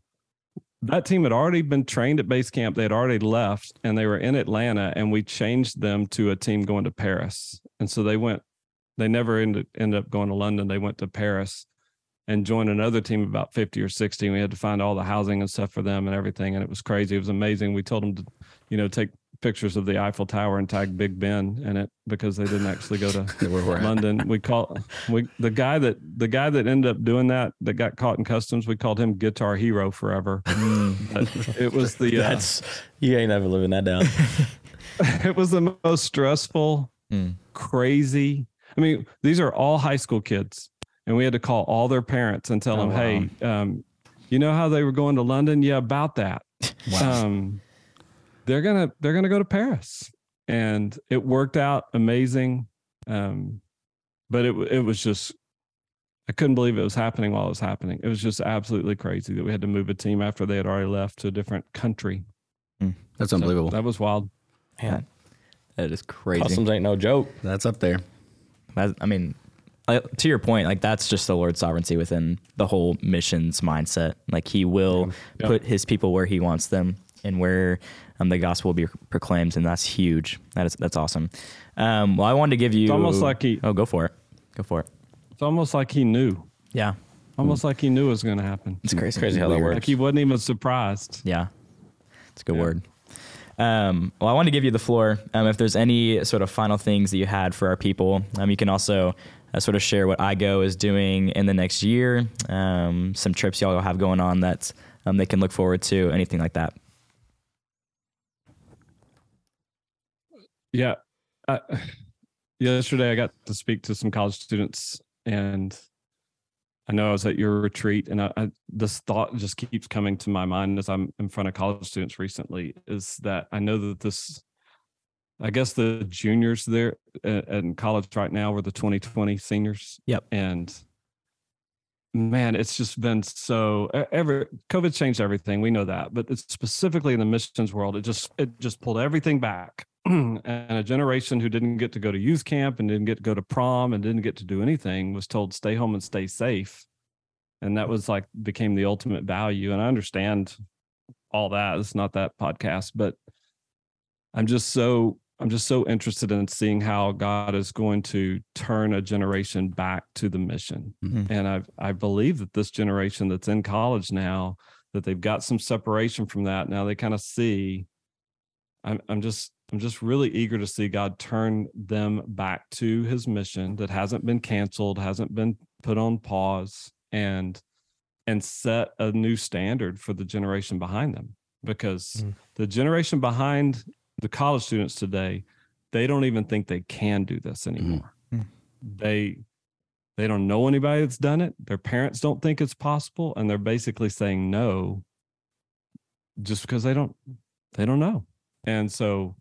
[SPEAKER 4] that team had already been trained at base camp. They had already left and they were in Atlanta and we changed them to a team going to Paris. And so they went, they never ended, ended up going to London. They went to Paris and joined another team of about 50 or 60. We had to find all the housing and stuff for them and everything. And it was crazy. It was amazing. We told them to, you know, take pictures of the Eiffel Tower and tag Big Ben in it because they didn't actually go to
[SPEAKER 3] Where we're at.
[SPEAKER 4] London. We call we the guy that the guy that ended up doing that that got caught in customs. We called him Guitar Hero forever. But it was the uh,
[SPEAKER 2] That's you ain't ever living that down.
[SPEAKER 4] it was the most stressful, crazy. I mean, these are all high school kids, and we had to call all their parents and tell them, "Hey, um, you know how they were going to London? Yeah, about that. Um, they're gonna they're gonna go to Paris, and it worked out amazing. Um, but it wa- it was just." I couldn't believe it was happening while it was happening. It was just absolutely crazy that we had to move a team after they had already left to a different country.
[SPEAKER 3] That's
[SPEAKER 4] So
[SPEAKER 3] unbelievable.
[SPEAKER 4] that was wild.
[SPEAKER 2] Man,
[SPEAKER 5] That is crazy.
[SPEAKER 2] customs ain't no joke.
[SPEAKER 3] That's up there.
[SPEAKER 1] That- I mean, I- to your point, like that's just the Lord's sovereignty within the whole missions mindset. Like He will
[SPEAKER 4] Yeah.
[SPEAKER 1] put His people where He wants them and where um, the gospel will be proclaimed, and that's huge. That is that's awesome. Um, well, I wanted to give you
[SPEAKER 4] almost like He-
[SPEAKER 1] oh, go for it, go for it.
[SPEAKER 4] It's almost like he knew.
[SPEAKER 1] Yeah,
[SPEAKER 4] Almost like he knew it was going to happen.
[SPEAKER 1] it's crazy.
[SPEAKER 2] Mm-hmm. Crazy how that
[SPEAKER 3] Weird.
[SPEAKER 4] Like
[SPEAKER 2] works.
[SPEAKER 4] he wasn't even surprised.
[SPEAKER 1] Yeah, it's a good
[SPEAKER 4] Yeah.
[SPEAKER 1] word. Um, well, I want to give you the floor. Um, if there's any sort of final things that you had for our people, um, you can also uh, sort of share what IGO is doing in the next year, um, some trips y'all have going on that um, they can look forward to, anything like that.
[SPEAKER 4] Yeah. I, yesterday, I got to speak to some college students, and I know I was at your retreat, and I, I, this thought just keeps coming to my mind as I'm in front of college students recently is that I know that this, I guess the juniors there a- in college right now were the 2020 seniors.
[SPEAKER 1] Yep.
[SPEAKER 4] And man, it's just been so e- ever COVID changed everything. We know that, but it's specifically in the missions world, it just it just pulled everything back and a generation who didn't get to go to youth camp and didn't get to go to prom and didn't get to do anything was told stay home and stay safe and that was like became the ultimate value and i understand all that it's not that podcast but i'm just so i'm just so interested in seeing how god is going to turn a generation back to the mission
[SPEAKER 1] Mhm.
[SPEAKER 4] and i i believe that this generation that's in college now that they've got some separation from that now they kind of see i'm i'm just i'm just really eager to see god turn them back to his mission that hasn't been canceled hasn't been put on pause and and set a new standard for the generation behind them because
[SPEAKER 2] Mm.
[SPEAKER 4] the generation behind the college students today they don't even think they can do this anymore
[SPEAKER 1] Mm.
[SPEAKER 4] they they don't know anybody that's done it their parents don't think it's possible and they're basically saying no just because they don't they don't know and so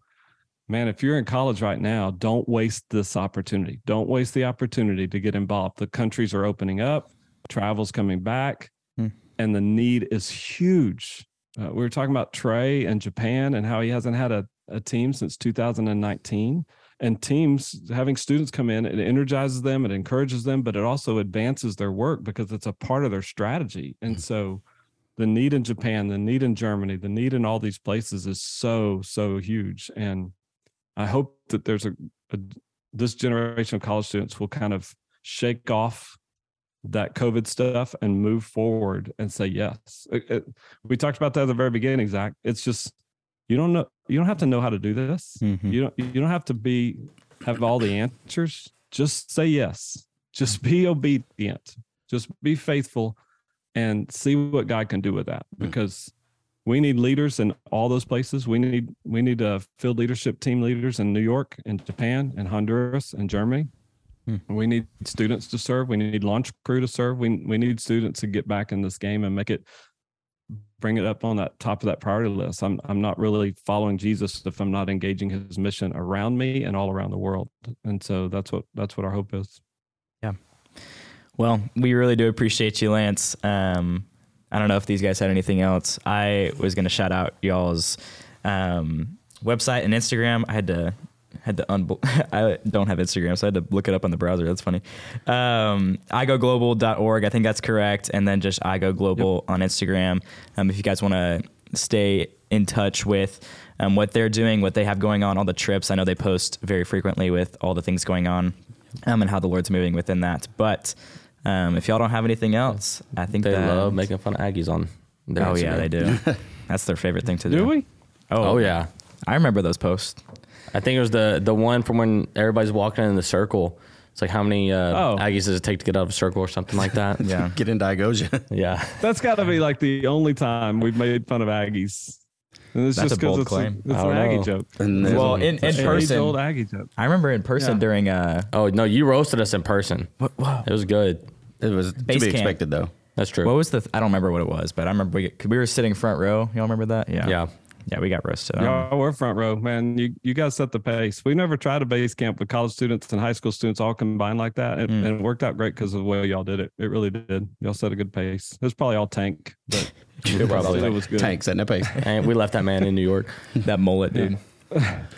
[SPEAKER 4] man if you're in college right now don't waste this opportunity don't waste the opportunity to get involved the countries are opening up travel's coming back
[SPEAKER 1] Hmm.
[SPEAKER 4] and the need is huge uh, we were talking about trey and japan and how he hasn't had a, a team since 2019 and teams having students come in it energizes them it encourages them but it also advances their work because it's a part of their strategy and so the need in japan the need in germany the need in all these places is so so huge and i hope that there's a, a this generation of college students will kind of shake off that covid stuff and move forward and say yes It- it- we talked about that at the very beginning zach it's just you don't know you don't have to know how to do this
[SPEAKER 1] Mhm.
[SPEAKER 4] you don't you don't have to be have all the answers just say yes just be obedient just be faithful and see what god can do with that because we need leaders in all those places we need we need uh, field leadership team leaders in new york and japan and honduras and germany we need students to serve we need launch crew to serve we, we need students to get back in this game and make it bring it up on that top of that priority list. I'm I'm not really following Jesus if I'm not engaging his mission around me and all around the world. And so that's what that's what our hope is.
[SPEAKER 1] Well, we really do appreciate you, Lance. Um, I don't know if these guys had anything else. I was gonna shout out y'all's um, website and Instagram. I had to had to un- I don't have Instagram, so I had to look it up on the browser. That's funny. Um, igoglobal.org. I think that's correct. And then just igoglobal on Instagram. Um, if you guys want to stay in touch with um, what they're doing, what they have going on, all the trips. I know they post very frequently with all the things going on um, and how the Lord's moving within that. But um, if y'all don't have anything else, I think
[SPEAKER 2] They
[SPEAKER 1] that,
[SPEAKER 2] love making fun of Aggies on. Their
[SPEAKER 1] Oh yeah,
[SPEAKER 2] Instagram.
[SPEAKER 1] they do. That's their favorite thing to do.
[SPEAKER 4] Do we?
[SPEAKER 2] Oh yeah.
[SPEAKER 1] I remember those posts.
[SPEAKER 2] I think it was the the one from when everybody's walking in the circle. It's like how many uh,
[SPEAKER 4] Oh.
[SPEAKER 2] Aggies does it take to get out of a circle or something like that?
[SPEAKER 1] Yeah.
[SPEAKER 3] Get into Igosia.
[SPEAKER 2] yeah.
[SPEAKER 4] That's got to be like the only time we've made fun of Aggies. And it's
[SPEAKER 1] That's
[SPEAKER 4] just
[SPEAKER 1] a bold
[SPEAKER 4] because it's, a-
[SPEAKER 1] claim.
[SPEAKER 4] it's
[SPEAKER 2] I
[SPEAKER 4] an
[SPEAKER 2] don't
[SPEAKER 4] Aggie
[SPEAKER 2] know.
[SPEAKER 4] joke.
[SPEAKER 3] And there's
[SPEAKER 5] Well,
[SPEAKER 3] a-
[SPEAKER 5] in, in
[SPEAKER 4] An age-old
[SPEAKER 5] person,
[SPEAKER 4] Aggie joke.
[SPEAKER 1] I remember in person
[SPEAKER 4] Yeah.
[SPEAKER 1] during uh,
[SPEAKER 2] Oh no, you roasted us in person.
[SPEAKER 1] what, whoa,
[SPEAKER 2] It was good.
[SPEAKER 3] it was to be
[SPEAKER 1] Base camp.
[SPEAKER 3] expected though.
[SPEAKER 2] That's true.
[SPEAKER 1] what was the? I don't remember what it was, but I remember we we were sitting front row. Y'all remember that? Yeah.
[SPEAKER 2] Yeah.
[SPEAKER 1] Yeah, we got roasted. I don't
[SPEAKER 4] Yeah, we're front row, man. You you guys set the pace. We never tried a base camp with college students and high school students all combined like that, and,
[SPEAKER 1] Hmm.
[SPEAKER 4] and it worked out great because of the way y'all did it. It really did. Y'all set a good pace. It was probably all tank, but it,
[SPEAKER 2] probably-
[SPEAKER 4] was good.
[SPEAKER 3] Tanks at Nipe.
[SPEAKER 2] and we left that man in New York.
[SPEAKER 1] know. That mullet, dude.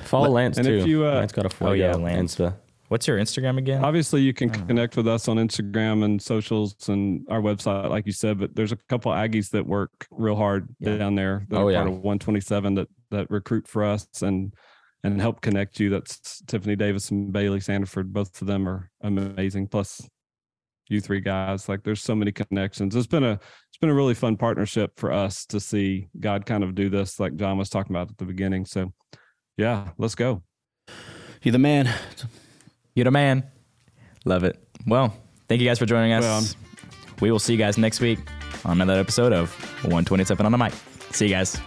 [SPEAKER 2] Follow Lance
[SPEAKER 4] and
[SPEAKER 2] too.
[SPEAKER 4] if you, uh,
[SPEAKER 2] Lance got a photo.
[SPEAKER 1] Oh, yeah, Lance.
[SPEAKER 2] Insta.
[SPEAKER 1] What's your Instagram again?
[SPEAKER 4] obviously you can connect with us on instagram and socials and our website like you said but there's a couple aggies that work real hard
[SPEAKER 1] Yeah.
[SPEAKER 4] down there that
[SPEAKER 2] Oh,
[SPEAKER 4] are
[SPEAKER 2] yeah.
[SPEAKER 4] part of 127 that that recruit for us and and help connect you that's tiffany davis and bailey sandiford both of them are amazing plus you three guys like there's so many connections it's been a it's been a really fun partnership for us to see god kind of do this like john was talking about at the beginning so yeah let's go
[SPEAKER 3] You the man.
[SPEAKER 1] You're the man. Love it. Well, thank you guys for joining us.
[SPEAKER 4] Well,
[SPEAKER 1] we will see you guys next week on another episode of 127 on the mic. See you guys.